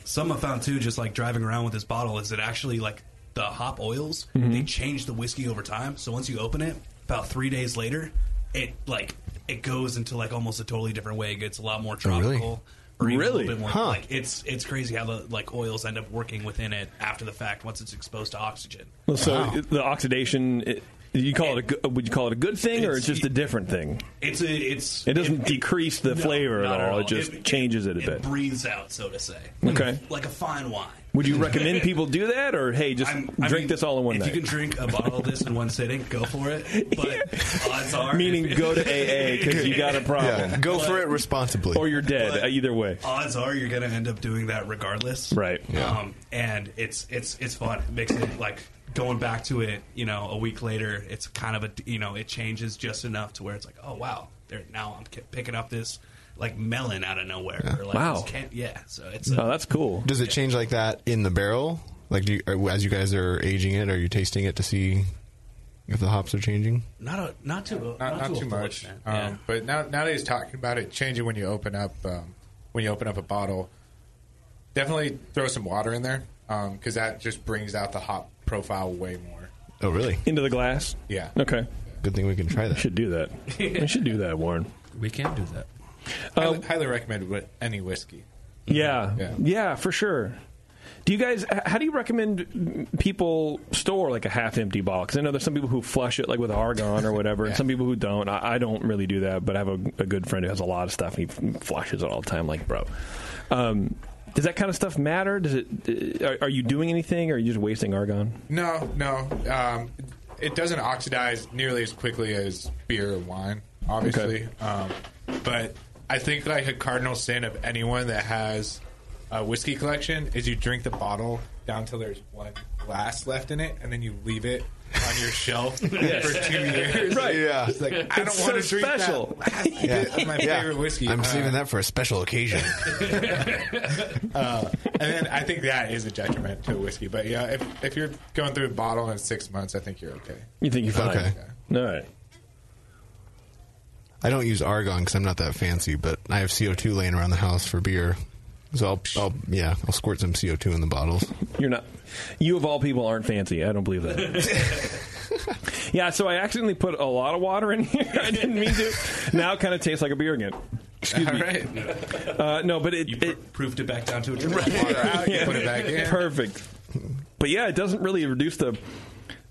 Some have found too, just like driving around with this bottle, is it actually like the hop oils? Mm-hmm. They change the whiskey over time. So once you open it, about three days later, it like it goes into like almost a totally different way. It gets a lot more tropical. really? Or even Oh, Really? a little bit more, Huh. like it's it's crazy how the like oils end up working within it after the fact once it's exposed to oxygen. Well, so Wow. it- the oxidation. It, you call it a go- would you call it a good thing or it's It's- just a different thing? It's a, it's It doesn't decrease the no, flavor at not all. It just changes it a bit. It breathes out, so to say. Okay. like a fine wine. Would you recommend people do that or hey, just I'm- drink mean, this all in one if night? you can drink a bottle of this in one sitting, go for it. But odds are, Meaning if- go to AA because you got a Oh. problem. Yeah, go for it responsibly. Or you're dead. But- either way. odds are you're going to end up doing that regardless, Right. Yeah. Um, and it's it's it's fun. It makes it like going back to it. You know, a week later, it's kind of a you know it changes just enough to where it's like, oh wow, there now I'm ki- picking up this like melon out of nowhere. Or like Wow. this can- yeah. So it's a, Oh, that's cool. Does it change like that in the barrel? Like do you, or as you guys are aging it, are you tasting it to see if the hops are changing? not a not too not, not, not to a too fault, much. man. Um, Yeah. But now, nowadays, talking about it changing when you open up um, when you open up a bottle, definitely throw some water in there because that just brings out the hop profile way more. Oh, really? Into the glass. Yeah. Okay. Good thing we can try that. Should do that. We should do that, Warren. We can do that. highly, highly recommend with any whiskey. Yeah. Yeah. yeah. for sure. Do you guys? h- How do you recommend people store like a half-empty bottle? 'Cause I know there's some people who flush it like with argon or whatever, and some people who don't. I, I don't really do that, but I have a, a good friend who has a lot of stuff and he f- flushes it all the time. Like, bro, um, does that kind of stuff matter? Does it? uh, Are, are you doing anything, or are you just wasting argon? No, no. Um, it doesn't oxidize nearly as quickly as beer or wine, obviously. Um, but I think like a cardinal sin of anyone that has a whiskey collection is you drink the bottle down till there's one glass left in it, and then you leave it on your shelf for two years. Right. Yeah. It's like I don't It's want to so drink that special. last bit of my Yeah. favorite whiskey. I'm Uh, saving that for a special occasion. and then I think that is a detriment to whiskey. But yeah, if if you're going through a bottle in six months, I think you're okay. You think you're fine? Okay. All right. I don't use argon because I'm not that fancy, but I have CO2 laying around the house for beer. So I'll, I'll yeah, I'll squirt some CO2 in the bottles. You're not. You of all people aren't fancy. I don't believe that. yeah, so I accidentally put a lot of water in here. I didn't mean to. Now it kind of tastes like a beer again. All right. Uh, no, but it, you it pr- proofed it back down to a drink. water out, you put it back in. perfect. But yeah, it doesn't really reduce the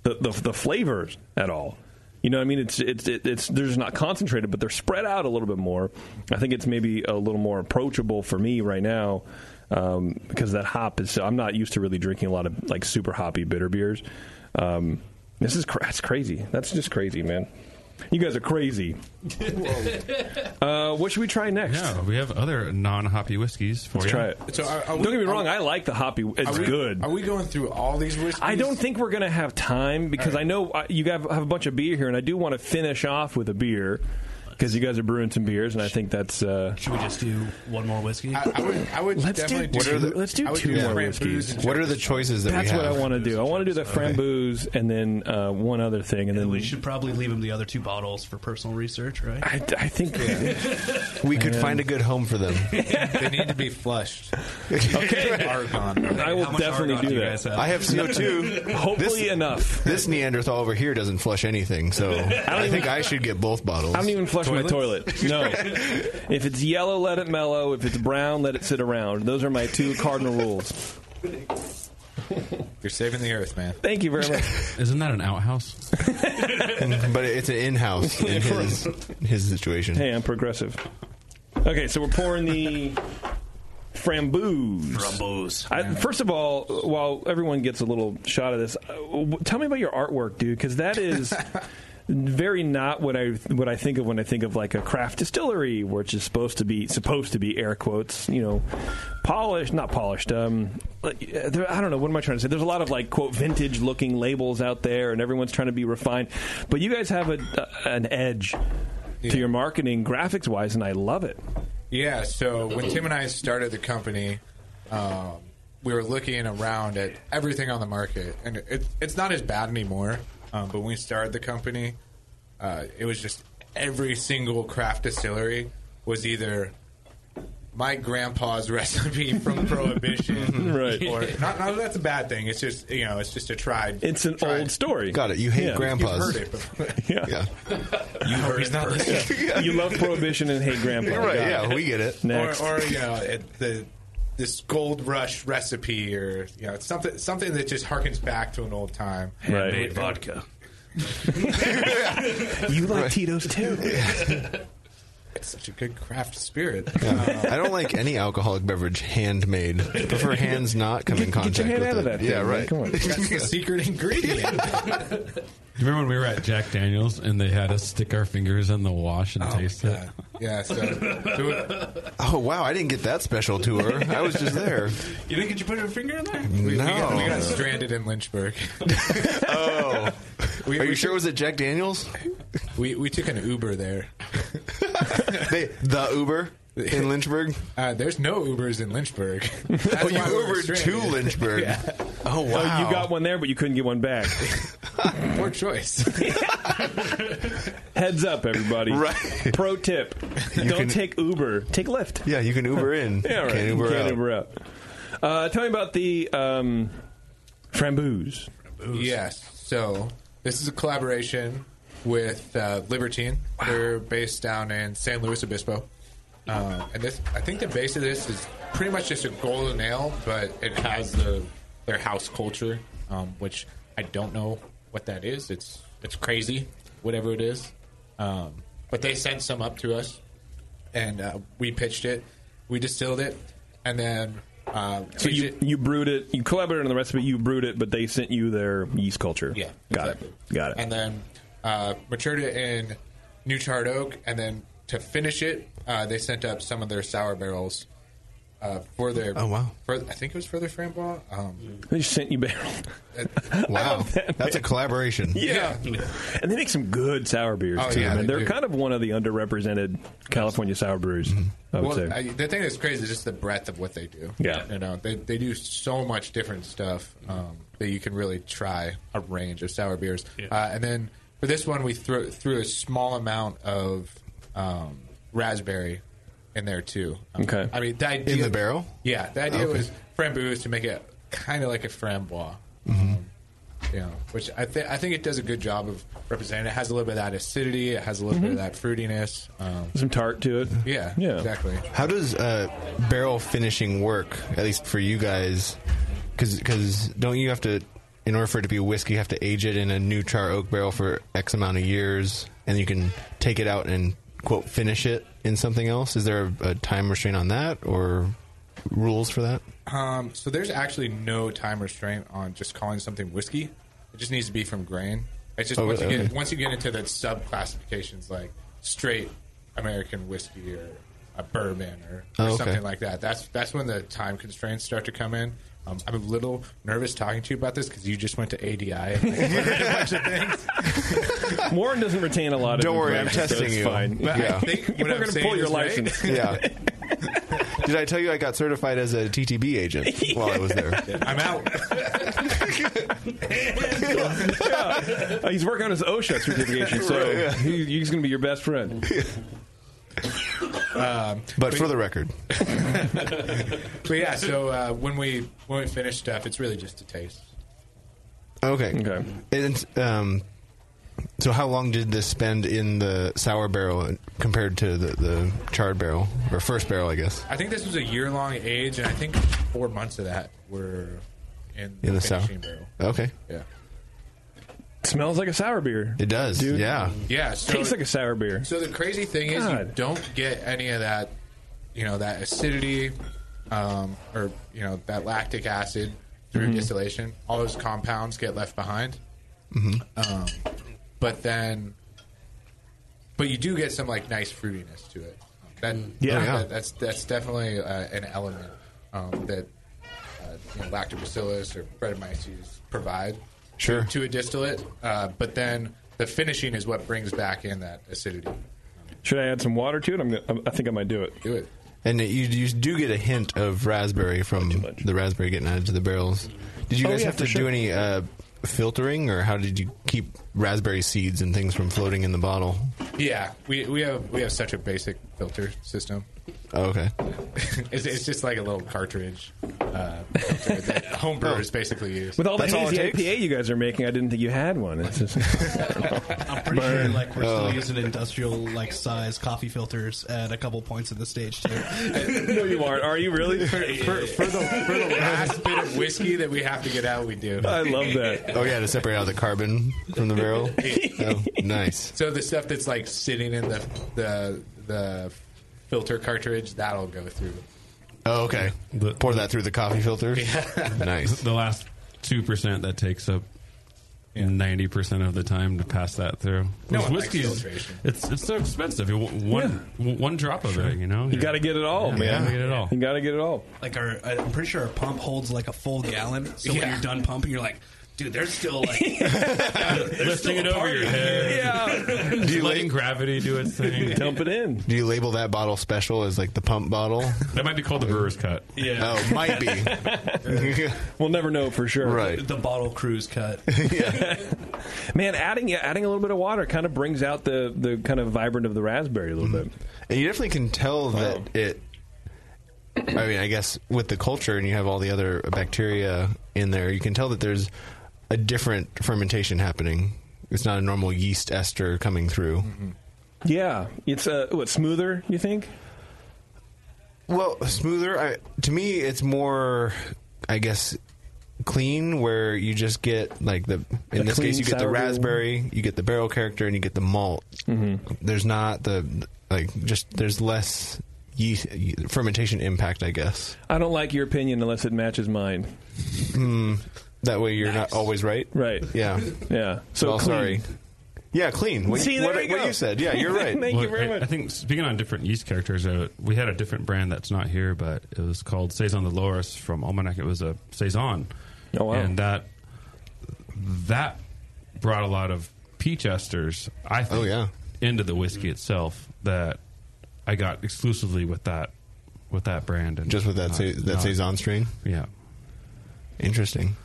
the, the the flavors at all. You know what I mean? It's it's it, it's they're just not concentrated, but they're spread out a little bit more. I think it's maybe a little more approachable for me right now um, because that hop is. I'm not used to really drinking a lot of like super hoppy bitter beers. Um, this is cra- that's crazy. That's just crazy, man. You guys are crazy. uh, what should we try next? Yeah, we have other non-hoppy whiskeys for Let's you. try it. So are, are we, Don't get me are- wrong, I like the hoppy. It's are we, good. Are we going through all these whiskeys? I don't think we're going to have time because I know uh, you have, have a bunch of beer here, and I do want to finish off with a beer because you guys are brewing some beers, and I think that's. Uh, Should we just do one more whiskey? I, I would. I would Let's do definitely two- do. let's do I would two more Framboos whiskeys. and What are Jack- the choices that that's we have? what I want to do. I want to do the framboos and then uh, one other thing, and then we should probably leave him the other two bottles for personal research, right? I, I think. We could find a good home for them. They need to be flushed. Okay, Argon. I will How much definitely argon do you that. guys have? I have CO2. Hopefully This- enough. This Neanderthal over here doesn't flush anything, so I, think I should get both bottles. I don't even flush my toilet. No. if it's yellow, let it mellow. If it's brown, let it sit around. Those are my two cardinal rules. You're saving the earth, man. Thank you very much. Isn't that an outhouse? but it's an in-house in his, his situation. Hey, I'm progressive. Okay, so we're pouring the framboos. Rumbos. I, first of all, while everyone gets a little shot of this, uh, w- tell me about your artwork, dude, because that is very not what I what I think of when I think of like a craft distillery, which is supposed to be supposed to be air quotes, you know, polished, not polished. Um, like, uh, there, I don't know what am I trying to say. There's a lot of like quote vintage looking labels out there, and everyone's trying to be refined, but you guys have a, uh, an edge. To your marketing, graphics wise, and I love it. Yeah, so when Tim and I started the company, um, we were looking around at everything on the market, and it, it's not as bad anymore. Um, but when we started the company, uh, it was just every single craft distillery was either my grandpa's recipe from Prohibition, Right. Or not, not that that's a bad thing. It's just you know, it's just a tried. It's an tried- old story. Got it. You hate Yeah. You've grandpas. heard it before. Yeah. Yeah. you heard it first. you love prohibition and hate grandpa. You're right. Got Yeah, it. we get it. Next. Or, or you know, it, the this gold rush recipe, or you know, it's something something that just harkens back to an old time. right. vodka. You like Tito's too. It's such a good craft spirit. Uh, I don't like any alcoholic beverage handmade. I prefer hands not come in contact Get your hand with out of it. that. yeah, thing, man. right. Come on. That's the secret ingredient. Do you remember when we were at Jack Daniels and they had us stick our fingers in the wash and Oh, taste it? yeah. So, do it. Oh wow, I didn't get that special tour. I was just there. You didn't get you put your finger in there? No. we, got, we got stranded in Lynchburg. oh. We, Are you we sure it Took, was at Jack Daniels? we we took an Uber there. They, the Uber in Lynchburg? Uh, there's no Ubers in Lynchburg. That's Oh, you why we were Ubered to stranded. Lynchburg. Oh wow. Oh, you got one there, but you couldn't get one back. Poor choice. Heads up, everybody. Right. Pro tip: Don't can- take Uber. Take Lyft. Yeah, you can Uber in. Yeah, right. Can't You Uber can't out. Uber out. Uh, tell me about the um, framboos. Yes. So this is a collaboration with uh, Libertine. They're based down in San Luis Obispo, um, and this I think the base of this is pretty much just a golden ale, but it has the their house culture, um, which I don't know what that is. It's it's crazy, whatever it is. Um, but they sent some up to us, and uh, we pitched it, we distilled it, and then. Uh, So we you ju- you brewed it. You collaborated on the recipe. You brewed it, but they sent you their yeast culture. Yeah, got it. Got it. And then uh, matured it in new charred oak, and then to finish it, uh, they sent up some of their sour barrels uh, for their. Oh, wow. For, I think it was for their frambois. Um, they sent you barrel. Wow. That's a collaboration. Yeah. And they make some good sour beers, Oh, too, yeah, man. they They're do. kind of one of the underrepresented California sour breweries, Mm-hmm. I would well, say. I, the thing that's crazy is just the breadth of what they do. Yeah. you know, they they do so much different stuff um, that you can really try a range of sour beers. Uh, and then for this one, we threw threw a small amount of um, raspberry in there too. Um, Okay. I mean the idea In the barrel? Yeah, the idea Okay. was framboos to make it kind of like a frambois. Mm-hmm. Um, you know, which I think I think it does a good job of representing. It has a little bit of that acidity. It has a little bit of that fruitiness. Um, Some tart to it. yeah, Mm-hmm. Yeah. exactly. How does uh, barrel finishing work? At least for you guys, because don't you have to, in order for it to be whiskey, you have to age it in a new char oak barrel for X amount of years, and you can take it out and quote finish it in something else. Is there a, a time restraint on that or rules for that? Um, so there's actually no time restraint on just calling something whiskey. It just needs to be from grain. It's just Oh, once, really? you get, Okay. once you get into the sub classifications, like straight American whiskey or a bourbon or, or Oh, okay. something like that. That's that's when the time constraints start to come in. Um, I'm a little nervous talking to you about this because you just went to ADI. a bunch of things. Warren doesn't retain a lot of. Don't worry, I'm information, so testing it's you. Fine. But Yeah. I think what We're I'm gonna saying pull your is right. license. Yeah. Did I tell you I got certified as a TTB agent while I was there? I'm out. Uh, he's working on his OSHA certification, so Right, yeah. he- he's going to be your best friend. But for the record, But yeah, so uh, when we when we finish stuff, it's really just a taste. okay. Okay. And um, so, how long did this spend in the sour barrel compared to the, the charred barrel or first barrel? I guess. I think this was a year long age, and I think four months of that were in, In the sour. finishing barrel. Okay. Yeah, Smells like a sour beer. It does. Dude. Yeah. yeah. So, Tastes like a sour beer. so the crazy thing is, you God. don't get any of that, you know, that acidity, um, or you know, that lactic acid through Mm-hmm. distillation. All those compounds get left behind. Um, but then, but you do get some like nice fruitiness to it. That, Yeah. that- that's that's definitely uh, an element um, that uh, you know, lactobacillus or Brettanomyces provide Sure. to, to a distillate. Uh, but then the finishing is what brings back in that acidity. Should I add some water to it? I'm gonna, I think I might do it. Do it. And it, you, you do get a hint of raspberry from much. the raspberry getting added to the barrels. Did you Oh, guys yeah, have for to sure. do any uh, filtering, or how did you keep raspberry seeds and things from floating in the bottle? Yeah, we, we have we have such a basic filter system. Oh, okay. It's, it's just like a little cartridge uh, filter that homebrewers basically use. With all the That's all it hazy takes? IPA you guys are making, I didn't think you had one. It's just, I'm pretty sure like we're still using industrial like size coffee filters at a couple points in the stage too. no, you aren't. Are you really? for, for the for the last bit of whiskey that we have to get out, we do. I love that. Oh yeah, to separate out the carbon from the barrel. Oh, nice. So the stuff that's like sitting in the the the filter cartridge that'll go through. Oh, okay. The- Pour that through the coffee filter. Nice. The last two percent that takes up ninety percent of the time to pass that through. No one With likes whiskeys, filtration. it's it's so expensive. You want- One w- one drop of it, you know. You got to get it all, man. gotta get it all. You got to get it all. like our, I'm pretty sure our pump holds like a full gallon. So when Yeah. you're done pumping, you're like, dude, there's still like there's still lifting it a over party here. your head. Yeah. Just letting gravity do its thing. Dump it in. Do you label that bottle special as like the pump bottle? that might be called the brewer's cut. Yeah. Oh, might be. We'll never know for sure. right. The bottle cruise cut. Man, adding yeah, adding a little bit of water kind of brings out the, the kind of vibrant of the raspberry a little Mm-hmm. bit. And you definitely can tell that it. I mean, I guess with the culture and you have all the other bacteria in there, you can tell that there's a different fermentation happening. It's not a normal yeast ester coming through. Yeah, it's uh, what smoother? You think? Well, smoother. I, to me, it's more, I guess, clean. Where you just get like the in A this clean case, you get the sourdough. raspberry, you get the barrel character, and you get the malt. Mm-hmm. There's not the like just there's less yeast fermentation impact. I guess I don't like your opinion unless it matches mine. that way you're not always right. Right. Yeah. Yeah. So well, clean. sorry. Yeah, clean. What, See, there what, you what go. you said. Yeah, you're right. Thank you Well, very I, much. I think speaking on different yeast characters, uh, we had a different brand that's not here, but it was called Saison de Loris from Almanac. It was a saison, Oh, wow. uh, and that that brought a lot of peach esters. I think, Oh, yeah. into the whiskey itself that I got exclusively with that with that brand and Just with that not- sa- that not- saison string. yeah. Interesting.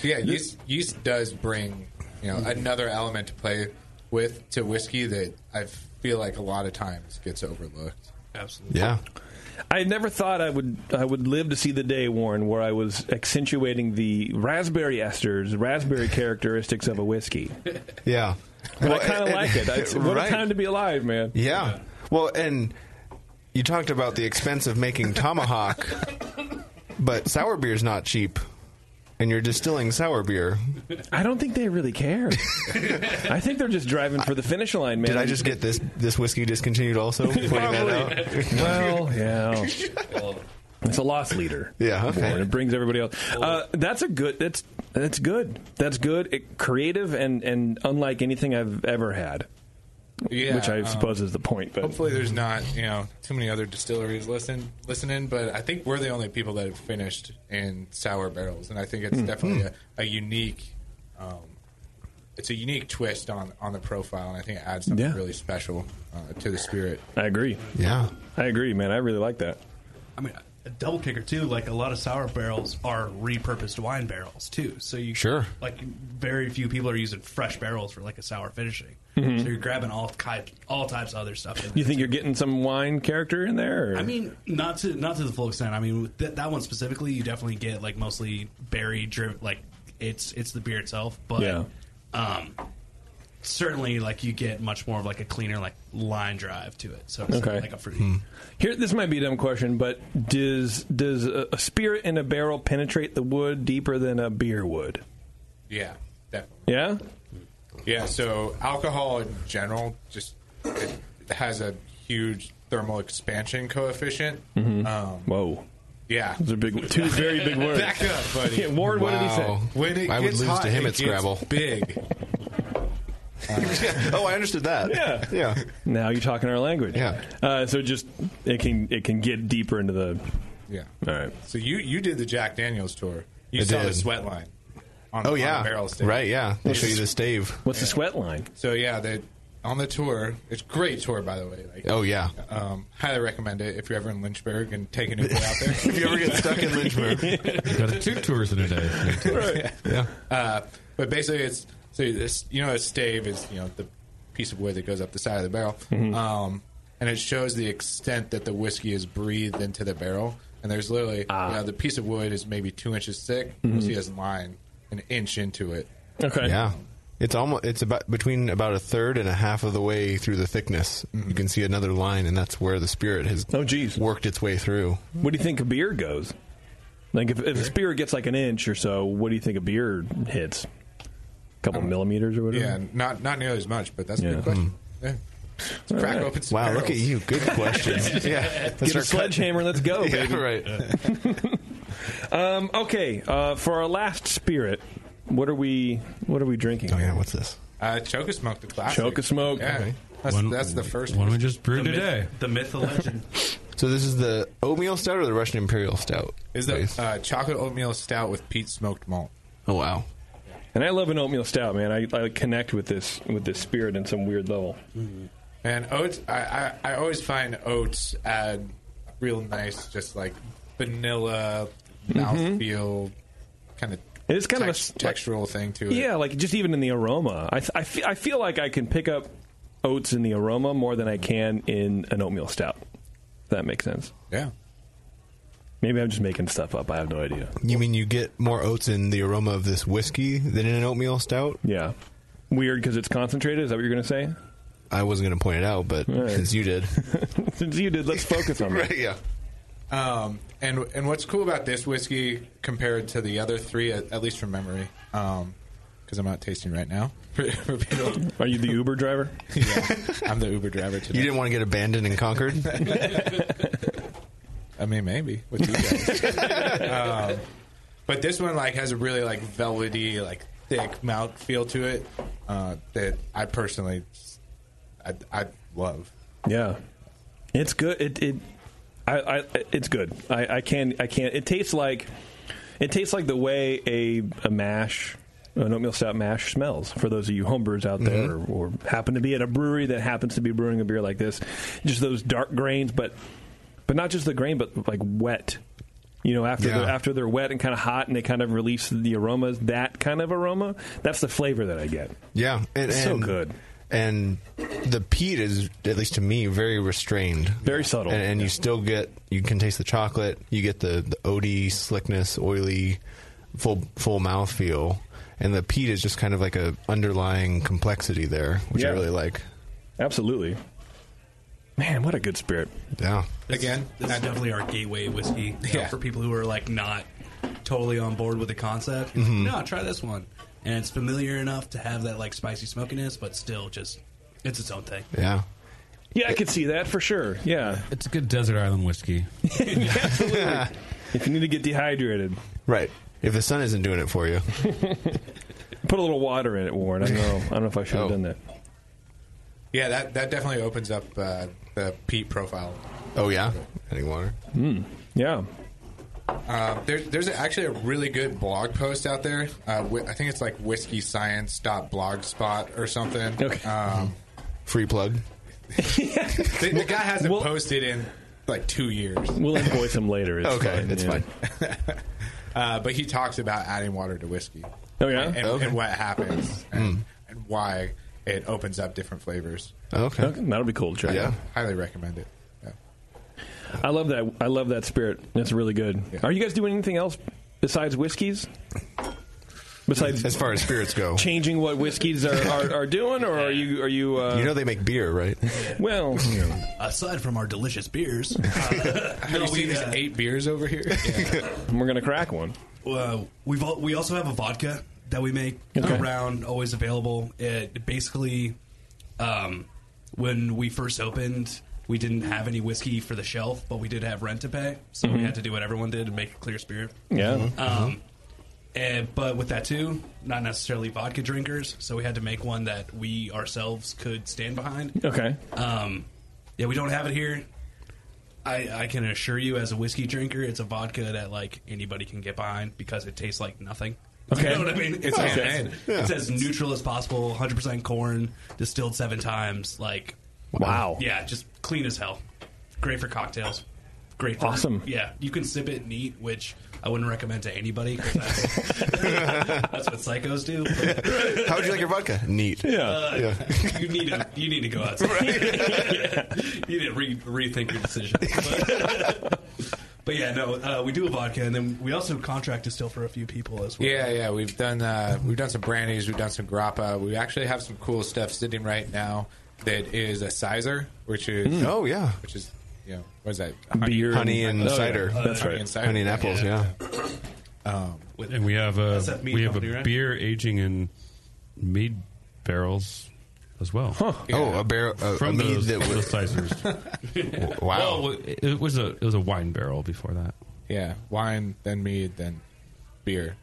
So yeah, yeast yeast does bring you know another element to play with to whiskey that I feel like a lot of times gets overlooked. Absolutely. Yeah. I never thought I would I would live to see the day, Warren, where I was accentuating the raspberry esters, raspberry characteristics of a whiskey. But Yeah. I kind of like it. It's, what right. a time to be alive, man! Yeah. Well, and you talked about the expense of making tomahawk, but sour beer's not cheap, and you're distilling sour beer. I don't think they really care. I think they're just driving for the finish line, man. Did I just get this this whiskey discontinued? Also, pointing that out. well, yeah. It's a loss leader. Yeah, okay. Warren. It brings everybody else. Uh, that's a good. That's That's good. That's good. It, creative and, and unlike anything I've ever had, Yeah, which I uh-huh. um, suppose is the point. But Hopefully, there's not you know too many other distilleries listen listening, but I think we're the only people that have finished in sour barrels, and I think Hmm. it's definitely a, a unique, um, it's a unique twist on on the profile, and I think it adds something Yeah. really special uh, to the spirit. I agree. Yeah. I agree, man. I really like that. I mean, a double kicker too. Like a lot of sour barrels are repurposed wine barrels too. So you Sure. like very few people are using fresh barrels for like a sour finishing. So you're grabbing all types, all types of other stuff. In Mm-hmm. You there, think too. you're getting some wine character in there? Or? I mean, not to not to the full extent. I mean, with th- that one specifically, you definitely get like mostly berry driven. Like it's it's the beer itself, but Yeah. um, certainly like you get much more of like a cleaner like line drive to it. So it's Okay. like a fruity. Here, this might be a dumb question, but does does a, a spirit in a barrel penetrate the wood deeper than a beer would? Yeah, definitely. Yeah. Yeah, so alcohol in general just it has a huge thermal expansion coefficient. Um, Whoa. yeah. Those are big. Two very Mm-hmm. big words. Back up, buddy. Yeah, Ward, what did he say? Wow. When it I would gets lose hot, to him it at gets Scrabble. Big. oh, I understood that. Yeah. Yeah. Now you're talking our language. Yeah. Uh, so just it can it can get deeper into the. Yeah. All right. So you you did the Jack Daniels tour. You I saw the did. sweat line. On, Oh on yeah. the barrel stage. Right. Yeah. They show you the stave. What's the sweat line? So yeah, they on the tour. It's a great tour, by the way. Like, Oh yeah. um, highly recommend it if you're ever in Lynchburg and take an Uber out there. If you ever get stuck in Lynchburg. Got two tours in a day. Yeah. Uh, but basically, it's so this. You know, a stave is you know the piece of wood that goes up the side of the barrel, Mm-hmm. um, and it shows the extent that the whiskey is breathed into the barrel. And there's literally, Ah. you know, the piece of wood is maybe two inches thick. Mm-hmm. You'll see his line an inch into it. Okay. Yeah. It's almost it's about between about a third and a half of the way through the thickness. You can see another line, and that's where the spirit has Oh, geez. worked its way through. What do you think a beer goes? Like if, if a spear gets like an inch or so, what do you think a beer hits? A couple millimeters or whatever. Um, Yeah, not not nearly as much, but that's a Yeah. Mm-hmm. good question. Yeah. Let's crack open some Wow, look at barrels. you! Good questions. yeah, Let's Get a start sledgehammer. Let's go, cutting- baby. Yeah, right. Um, okay. Uh, for our last spirit, what are we? What are we drinking? Oh yeah, what's this? Uh, Choke a smoke, the classic. Choke a smoke. Yeah, Okay. that's, that's the first one one. we just The brewed myth- today. the myth, the legend. So this is the oatmeal stout or the Russian imperial stout? Is the uh, chocolate oatmeal stout with peat smoked malt? oh wow? And I love an oatmeal stout, man. I, I connect with this with this spirit in some weird level. And oats, I, I, I always find oats add real nice, just like vanilla mouthfeel kind of. It is Mm-hmm. kind of a s- textural thing to it. Yeah, like just even in the aroma, I th- I, fe- I feel like I can pick up oats in the aroma more than I can in an oatmeal stout. If that makes sense. yeah. Maybe I'm just making stuff up. I have no idea. You mean you get more oats in the aroma of this whiskey than in an oatmeal stout? Yeah, weird because it's concentrated. Is that what you're going to say? I wasn't going to point it out, but since you did, Since you did, let's focus on that. right? Yeah. Um, and and what's cool about this whiskey compared to the other three, at, at least from memory, because I'm not tasting right now. For people- Are you the Uber driver? yeah, I'm the Uber driver You today. didn't want to get abandoned and conquered. I mean, maybe with you guys. um, but this one like has a really like velvety, like thick mouth feel to it uh, that I personally, I, I love. Yeah, it's good. It it I, I it's good. I, I can I can. It tastes like it tastes like the way a a mash. An oatmeal stout mash smells. For those of you homebrewers out there, or, or happen to be at a brewery that happens to be brewing a beer like this, just those dark grains, but but not just the grain, but like wet. You know, after Yeah. they're, after they're wet and kind of hot, and they kind of release the aromas. That kind of aroma, that's the flavor that I get. Yeah, and, It's so good. And the peat is, at least to me, very restrained, Very subtle. and, and you still get you can taste the chocolate, you get the the oaty slickness, oily, full full mouth feel, and the peat is just kind of like a underlying complexity there, which Yeah. I really like. Absolutely, man, what a good spirit. Yeah, Again, This I- is definitely our gateway whiskey you know, Yeah. for people who are like not totally on board with the concept. Mm-hmm. No, try this one, and it's familiar enough to have that like spicy smokiness, but still just it's its own thing. yeah. Yeah, I could see that for sure. Yeah. It's a good desert island whiskey. Absolutely. if you need to get dehydrated, Right. if the sun isn't doing it for you. Put a little water in it, Warren. I don't know. I don't know if I should have Oh. done that. Yeah, that that definitely opens up uh, the peat profile. Oh yeah, adding water. Yeah. Uh, there, there's actually a really good blog post out there. Uh, whi- I think it's like whiskeyscience.blogspot or something. Okay. Um, Free plug. the, the guy hasn't Well- posted in like two years, We'll invoice him later. It's Okay, fine. it's yeah. fine. uh, but he talks about adding water to whiskey Oh, yeah? and, Okay. and what happens and, and why it opens up different flavors. Okay. Okay, that'll be cool to try. Yeah. Highly recommend it. Yeah. I love that. I love that spirit. That's really good. Yeah. Are you guys doing anything else besides whiskeys? Besides As far as spirits go, changing what whiskeys are, are, are doing, or are you are you? Uh, you know they make beer, right? well, Aside from our delicious beers, uh, Have no, you seen we, these uh, eight beers over here? we're gonna crack one. uh, we've al- we also have a vodka that we make Okay. around, always available. It basically, um, when we first opened, we didn't have any whiskey for the shelf, but we did have rent to pay, so Mm-hmm. we had to do what everyone did and make a clear spirit. Yeah. Um, and, but with that too, not necessarily vodka drinkers, so we had to make one that we ourselves could stand behind. Mm-hmm. Okay. Um, yeah, we don't have it here. I, I can assure you, as a whiskey drinker, it's a vodka that like anybody can get behind because it tastes like nothing. Okay. Oh, You know what I mean? It's, Okay. as, it's as neutral as possible. 100 percent corn, distilled seven times. Like, Wow. yeah, just clean as hell. Great for cocktails. Great. For, Awesome. Yeah, you can sip it neat, which I wouldn't recommend to anybody. 'cause That's, that's what psychos do. How would you like your vodka? Neat. Yeah. Yeah. you need to you need to go outside. you need to re- rethink your decision. But, but yeah, no, uh, we do a vodka, and then we also contract distill for a few people as well. Yeah, yeah, we've done uh, we've done some brandies, we've done some grappa. We actually have some cool stuff sitting right now that is a sizer, which is Oh yeah. which is you know what is that Beer, Honey and Oh, yeah. cider. Uh, That's honey right. and cider? Honey and apples. Yeah. And we have a That's that mead we have a company, right? beer aging in mead barrels as well. Oh, a barrel. A, a From mead those that was. synthesizers. Wow. well, it was a it was a wine barrel before that. Yeah, wine, then mead, then beer.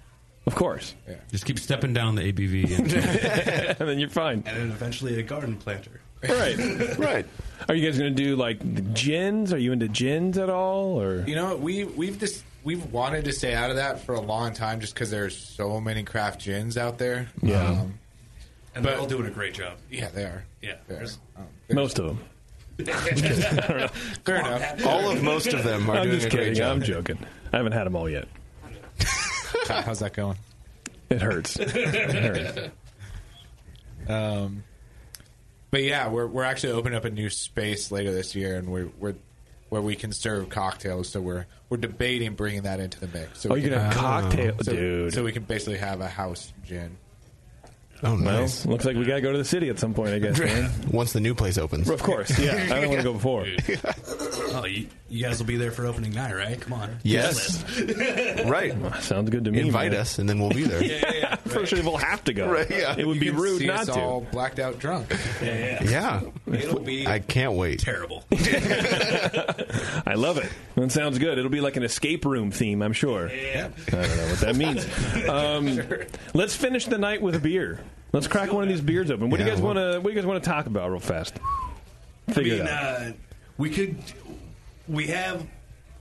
Of course. Just keep stepping down the ABV. And And then you're fine. and then eventually a garden planter. Right. right. Are you guys gonna do like the gins? Are you into gins at all? Or You know, we we've just we've wanted to stay out of that for a long time, just because there's so many craft gins out there. Yeah. um, And they're all doing a great job. yeah, they are. Yeah, they are. there's- Um, most of them. fair enough. All of most of them are I'm doing just a great kidding. job. I'm joking. I haven't had them all yet. How's that going? It hurts. It hurts. But yeah, we're we're actually opening up a new space later this year, and we're we're where we can serve cocktails. So we're we're debating bringing that into the mix. So Oh, we you're gonna can, have Ah. cocktail, so, dude. so we can basically have a house gin. Oh, Well, nice. looks like we gotta go to the city at some point, I guess. man. Once the new place opens. Of course, yeah. I don't want to go before. Oh, you, you guys will be there for opening night, right? Come on. Yes. right. Sounds good to me. Invite man. us, and then we'll be there. yeah. First of all, have to go. Right, yeah. It would be You can rude see not us to. All blacked out drunk. Yeah, it'll be I can't wait. terrible. I love it. That sounds good. It'll be like an escape room theme, I'm sure. Yeah. I don't know what that means. Um, let's finish the night with a beer. Let's crack one of these beers open. What do you Yeah, guys well- want to? What do you guys want to talk about real fast? I Figure mean, it out. uh, we could. We have.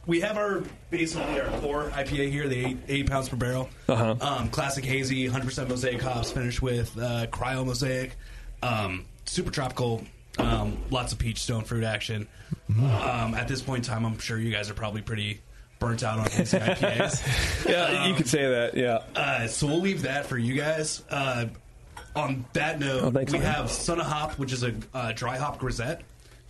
We have our basically our core IPA here, the eight, eight pounds per barrel, Uh-huh. um, classic hazy, hundred percent mosaic hops, finished with uh, cryo mosaic, um, super tropical, um, lots of peach stone fruit action. Mm-hmm. Um, at this point in time, I'm sure you guys are probably pretty burnt out on hazy IPAs. yeah, you could say that. Yeah. Uh, so we'll leave that for you guys. Uh, on that note, Oh, we thanks, man. have Son of Hop, which is a uh, dry hop grisette.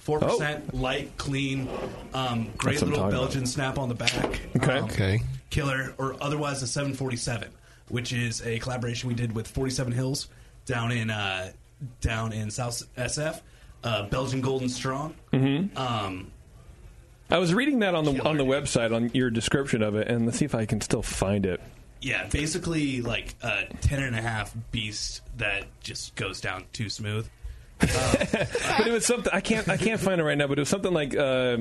4% light, clean, um, great Oh. That's what I'm little talking Belgian snap on the back. Okay. um, Okay. Killer, or otherwise a 747, which is a collaboration we did with 47 Hills down in uh, down in South SF. Uh, Belgian Golden Strong. Mm-hmm. Um, I was reading that on the on the website on your description of it, and let's see if I can still find it. Yeah, basically like a ten and a half beast that just goes down too smooth. but it was something I can't I can't find it right now. But it was something like, uh,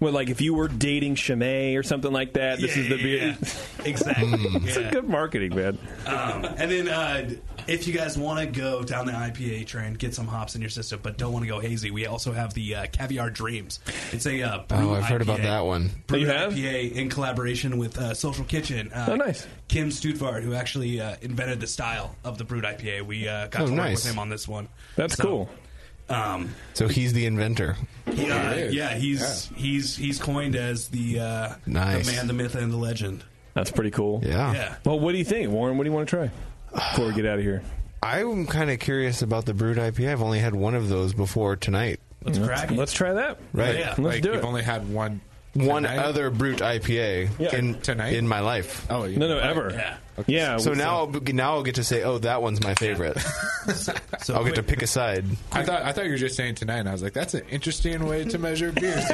well, like if you were dating Chimay or something like that. This is the beer. Yeah, exactly. Hmm. It's Yeah. a good marketing, man. Um, and then uh, if you guys want to go down the IPA train, get some hops in your system, but don't want to go hazy, we also have the uh, Caviar Dreams. It's a uh, brew Oh, I've heard about IPA. that one. Brew Oh, You have? IPA in collaboration with uh, Social Kitchen. Uh, Oh, nice. Kim Stutvard, who actually uh, invented the style of the brewed IPA. We uh, got Oh, to work nice. with him on this one. That's So, cool. Um, So he's the inventor. he, uh, It is. yeah, he's he's he's coined as the uh, Nice. the man, the myth, and the legend. That's pretty cool. Yeah. Yeah. Well, what do you think, Warren? What do you want to try before we get out of here? I'm kind of curious about the brewed IPA. I've only had one of those before tonight. Let's crack it. Let's try that. Right. Yeah. Let's like do you've it. only had one. One tonight? other brute IPA Yeah. in Tonight? in my life. Oh you no, no, know, ever. Yeah. Yeah. So we- now I'll, be- now I'll get to say, oh, that one's my favorite. So I'll get to quick- pick a side. I thought I thought you were just saying tonight, and I was like, that's an interesting way to measure beer.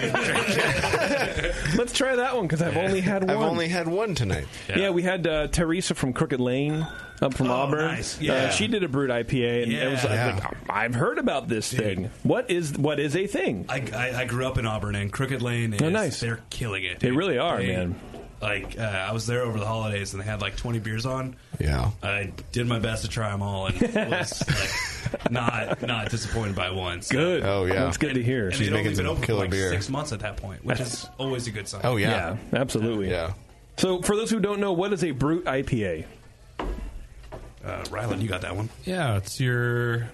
let's try that one because I've only had one. I've only had one tonight. Yeah. we had uh, Teresa from Crooked Lane up from Oh, Auburn. nice. Yeah. Uh, she did a brewed IPA, and it was I was Yeah. like, I've heard about this thing. What is what is a thing? I, I, I grew up in Auburn, and Crooked Lane is Oh, nice. they're killing it. They dude. really are, man. Like uh, I was there over the holidays, and they had like twenty beers on. Yeah. I did my best to try them all, and was like not not disappointed by one. So. Good. Oh, yeah. that's good to hear. And She's they'd only making some been open for, killer like beer. Six months at that point, which is always a good sign. Oh, yeah, yeah. absolutely. Yeah. So, for those who don't know, what is a brute IPA? uh, Rylan, you got that one. Yeah, it's your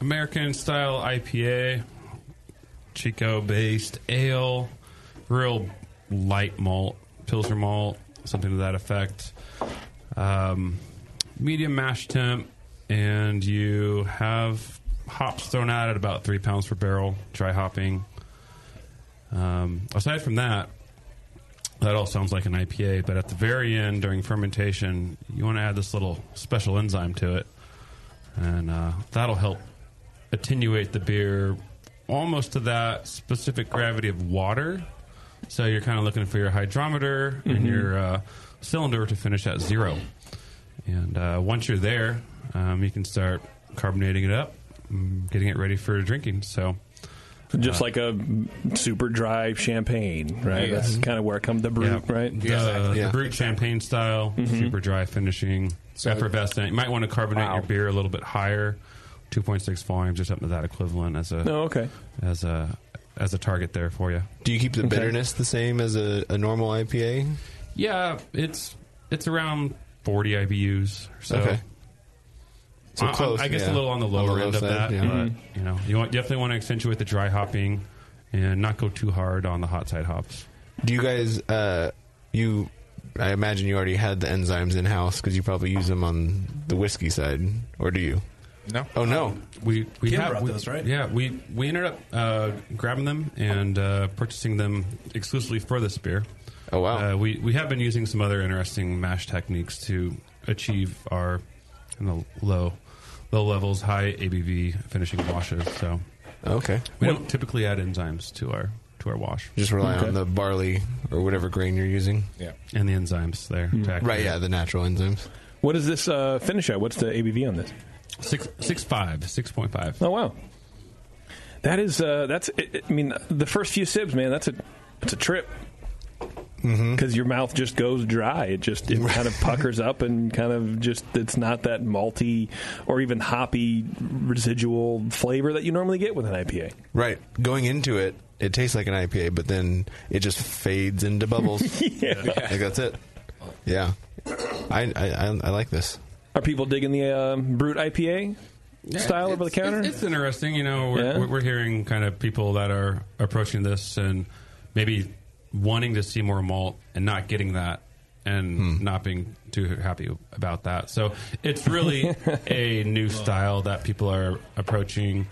American style IPA, Chico based ale, real light malt, Pilsner malt, something to that effect. Um, medium mash temp, and you have hops thrown out at about three pounds per barrel, dry hopping. Um, aside from that, that all sounds like an IPA, but at the very end during fermentation, you want to add this little special enzyme to it, and uh, that'll help attenuate the beer almost to that specific gravity of water. So you're kind of looking for your hydrometer and your uh, cylinder to finish at zero. And uh, once you're there, um, you can start carbonating it up, mm, getting it ready for drinking. So Just like a super dry champagne, right? Yeah. That's kind of where it comes the brute, Yeah. right? Mm-hmm. The, exactly. the brute champagne style, super dry finishing, So- effervescent. You might want to carbonate Wow. your beer a little bit higher, two point six volumes or something to that equivalent as a Oh, okay. as a as a target there for you. Do you keep the bitterness the same as a, a normal IPA? Yeah, it's it's around forty IBUs. Or so Okay. So I- I- close, I, guess yeah. a little on the On the lower low end of side, that. yeah. But, Mm-hmm. You know, you want, definitely want to accentuate the dry hopping and not go too hard on the hot side hops. Do you guys, uh, you, I imagine you already had the enzymes in house because you probably use them on the whiskey side, or do you? no, Oh, no. we we Kim have brought we- those, right? Yeah, we we ended up uh, grabbing them and uh, purchasing them exclusively for this beer. Oh, wow. Uh, we we have been using some other interesting mash techniques to achieve our kind of low low levels, high ABV finishing washes. So okay. we don't typically add enzymes to our to our wash Just rely Okay. on the barley or whatever grain you're using. yeah, and the enzymes there. to activate. Mm. Right, yeah, the natural enzymes. What is this uh, finish at? What's the ABV on this? Six six five six point five. Oh wow, that is uh, that's. i I- I mean, the first few sips, man. That's a it's a trip Mm-hmm. because your mouth just goes dry. It just it kind of puckers up and kind of just it's not that malty or even hoppy residual flavor that you normally get with an IPA. Right. Going into it, it tastes like an IPA, but then it just fades into bubbles. Yeah. Like that's it. Yeah. I, I I I like this. Are people digging the um, brute IPA style over the It's- counter? It's, it's interesting. You know, we're, Yeah. we're- we're hearing kind of people that are approaching this and maybe wanting to see more malt and not getting that and Hmm. not being too happy about that. So it's really a new style that people are approaching.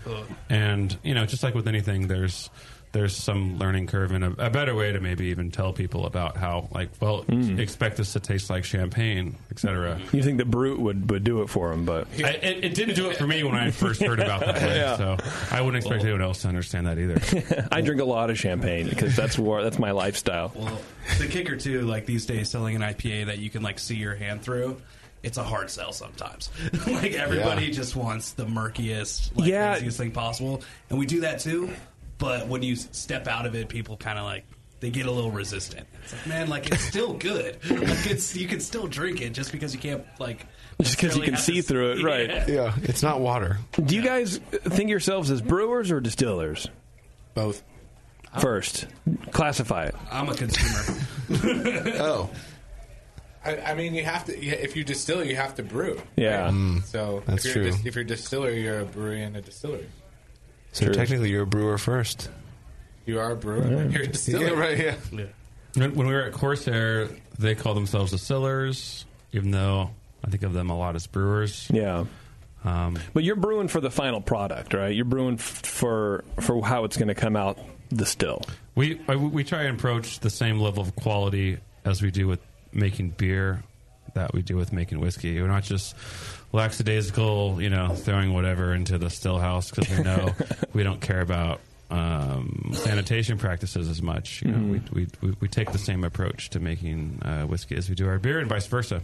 And, you know, just like with anything, there's. There's some learning curve and a, a better way to maybe even tell people about how, like, well, Hmm. expect this to taste like champagne, et cetera. you think the brute would, would do it for them, but I, it, it didn't do it for me when I first heard about that. Way, Yeah. So I wouldn't expect anyone else to understand that either. I drink a lot of champagne because that's war, that's my lifestyle. Well, the kicker too, like these days, selling an IPA that you can like see your hand through it's a hard sell sometimes. like everybody Yeah. just wants the murkiest, like, Yeah. craziest thing possible, and we do that too. But when you s- step out of it, people kind of like they get a little resistant. It's like, man, like it's still good. like it's you can still drink it just because you can't like Just 'cause you necessarily can have see s- through it, right. Yeah. Yeah, it's not water. Do you guys think yourselves as brewers or distillers? Both. First, classify it. I'm a consumer. Oh, I, I mean, you have to. you- If you distill, you have to brew. Yeah. So Mm, That's if you're a true. dis- if you're a distiller, you're a brewery and a distillery. so technically you're a brewer first. You are a brewer. and You're a distiller. Yeah. When when we were at Corsair, they call themselves distillers, even though I think of them a lot as brewers. Yeah. Um, But you're brewing for the final product, right? You're brewing f- for for how it's going to come out the still. we I- we try and approach the same level of quality as we do with making beer that we do with making whiskey. We're not just lackadaisical, you know, throwing whatever into the still house because we know we don't care about um, sanitation practices as much. You know, we, we, we, we take the same approach to making uh, whiskey as we do our beer and vice versa.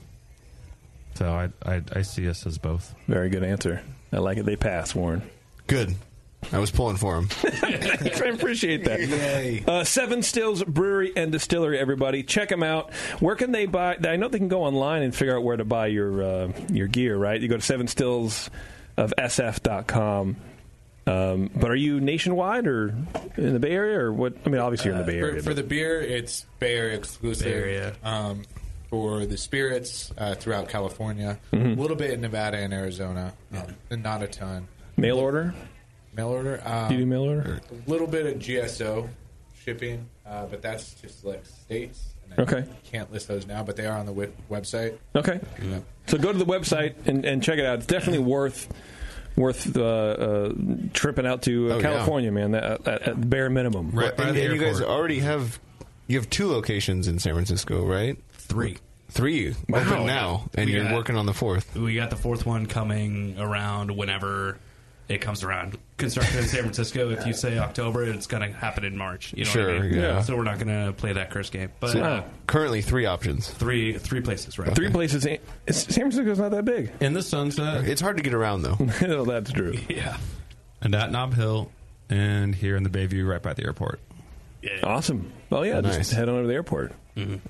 So I, I, I see us as both. Very good answer. I like it. They pass, Warren. Good. I was pulling for him. I appreciate that. Yay. Uh, Seven Stills Brewery and Distillery, everybody, check them out. Where can they buy? I know they can go online and figure out where to buy your uh, your gear, right? You go to Seven Stills of SF.com. Um, but are you nationwide or in the Bay Area or what? I mean, obviously you're in the Bay Area. For, for but- the beer, it's Bay Area exclusive. Bay Area. Um, for the spirits, uh, throughout California, Mm-hmm. a little bit in Nevada and Arizona, um, and not a ton. mail order? Mail order, Do you do um, mail order? a little bit of GSO shipping, uh, but that's just like states. And I Okay. can't list those now, but they are on the wi- website. Okay. So go to the website and, and check it out. It's definitely worth worth uh, uh, tripping out to uh, Oh, yeah. California, man. That, at, at bare minimum. Right by and the and you guys airport. already have you have two locations in San Francisco, right? Three. Three open now, and We you're got- working on the fourth. We got the fourth one coming around whenever it comes around. Construction in San Francisco, if you say October, it's going to happen in March. You know what I Sure, mean? yeah. So we're not going to play that curse game. But So, uh, currently three options. three three places, right? Three places. eh, San Francisco's not that big. In the sunset, It's hard to get around though. no, that's true. Yeah. and at Knob Hill, and here in the Bayview, right by the airport. Yeah. Awesome. Well, yeah, Nice. just head on over to the airport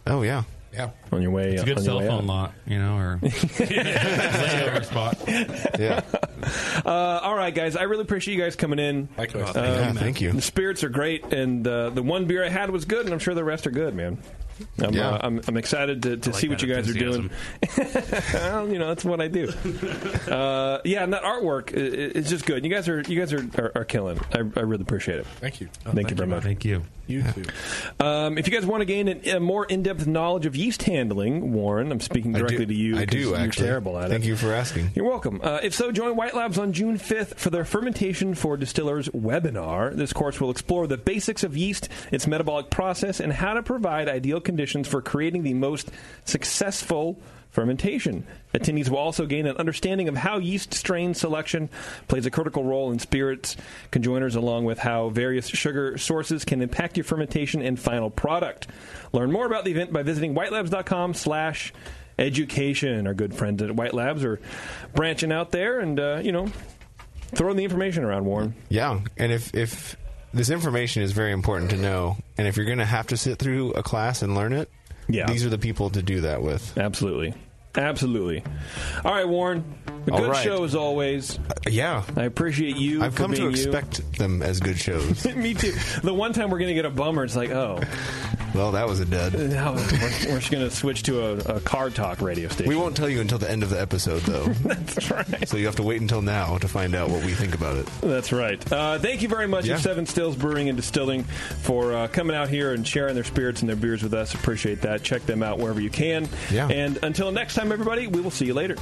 Oh yeah. Yeah. on your way. It's a good on cell your way phone out. lot, you know, or layover spot. Yeah. Uh, all right, guys. I really appreciate you guys coming in. Likewise. Uh, yeah thank you. The spirits are great, and uh, the one beer I had was good, and I'm sure the rest are good, man. I'm, Yeah. uh, I'm, I'm excited to, to like see what that you guys enthusiasm. are doing. well, you know, that's what I do. Uh, yeah, and that artwork i- i- is just good. You guys are you guys are, are, are killing. I, I really appreciate it. Thank you. thank, you very much. Thank you. You too. Um, if you guys want to gain an, a more in-depth knowledge of yeast handling, Warren, I'm speaking I do- directly to you. I 'cause do You're actually. terrible at it. Thank you for asking. You're welcome. Uh, if so, join White Labs on June 5th for their Fermentation for Distillers webinar. This course will explore the basics of yeast, its metabolic process, and how to provide ideal conditions for creating the most successful fermentation. Attendees will also gain an understanding of how yeast strain selection plays a critical role in spirits conjoiners, along with how various sugar sources can impact your fermentation and final product. Learn more about the event by visiting whitelabs.com slash education. Our good friends at White Labs are branching out there and, uh, you know, throwing the information around, Warren. Yeah, and if if this information is very important to know, and if you're going to have to sit through a class and learn it, Yeah. these are the people to do that with. Absolutely. Absolutely. All right, Warren. A All good right. show as always. Yeah, I appreciate you. I've for come to being you. expect them as good shows. Me too. The one time we're going to get a bummer, it's like, oh, well, that was a dud. now we're, we're just going to switch to a, a car talk radio station. We won't tell you until the end of the episode, though. That's right. so you have to wait until now to find out what we think about it. That's right. Uh, thank you very much Yeah. to Seven Stills Brewing and Distilling for uh, coming out here and sharing their spirits and their beers with us. Appreciate that. Check them out wherever you can. Yeah. And until next time, everybody, we will see you later.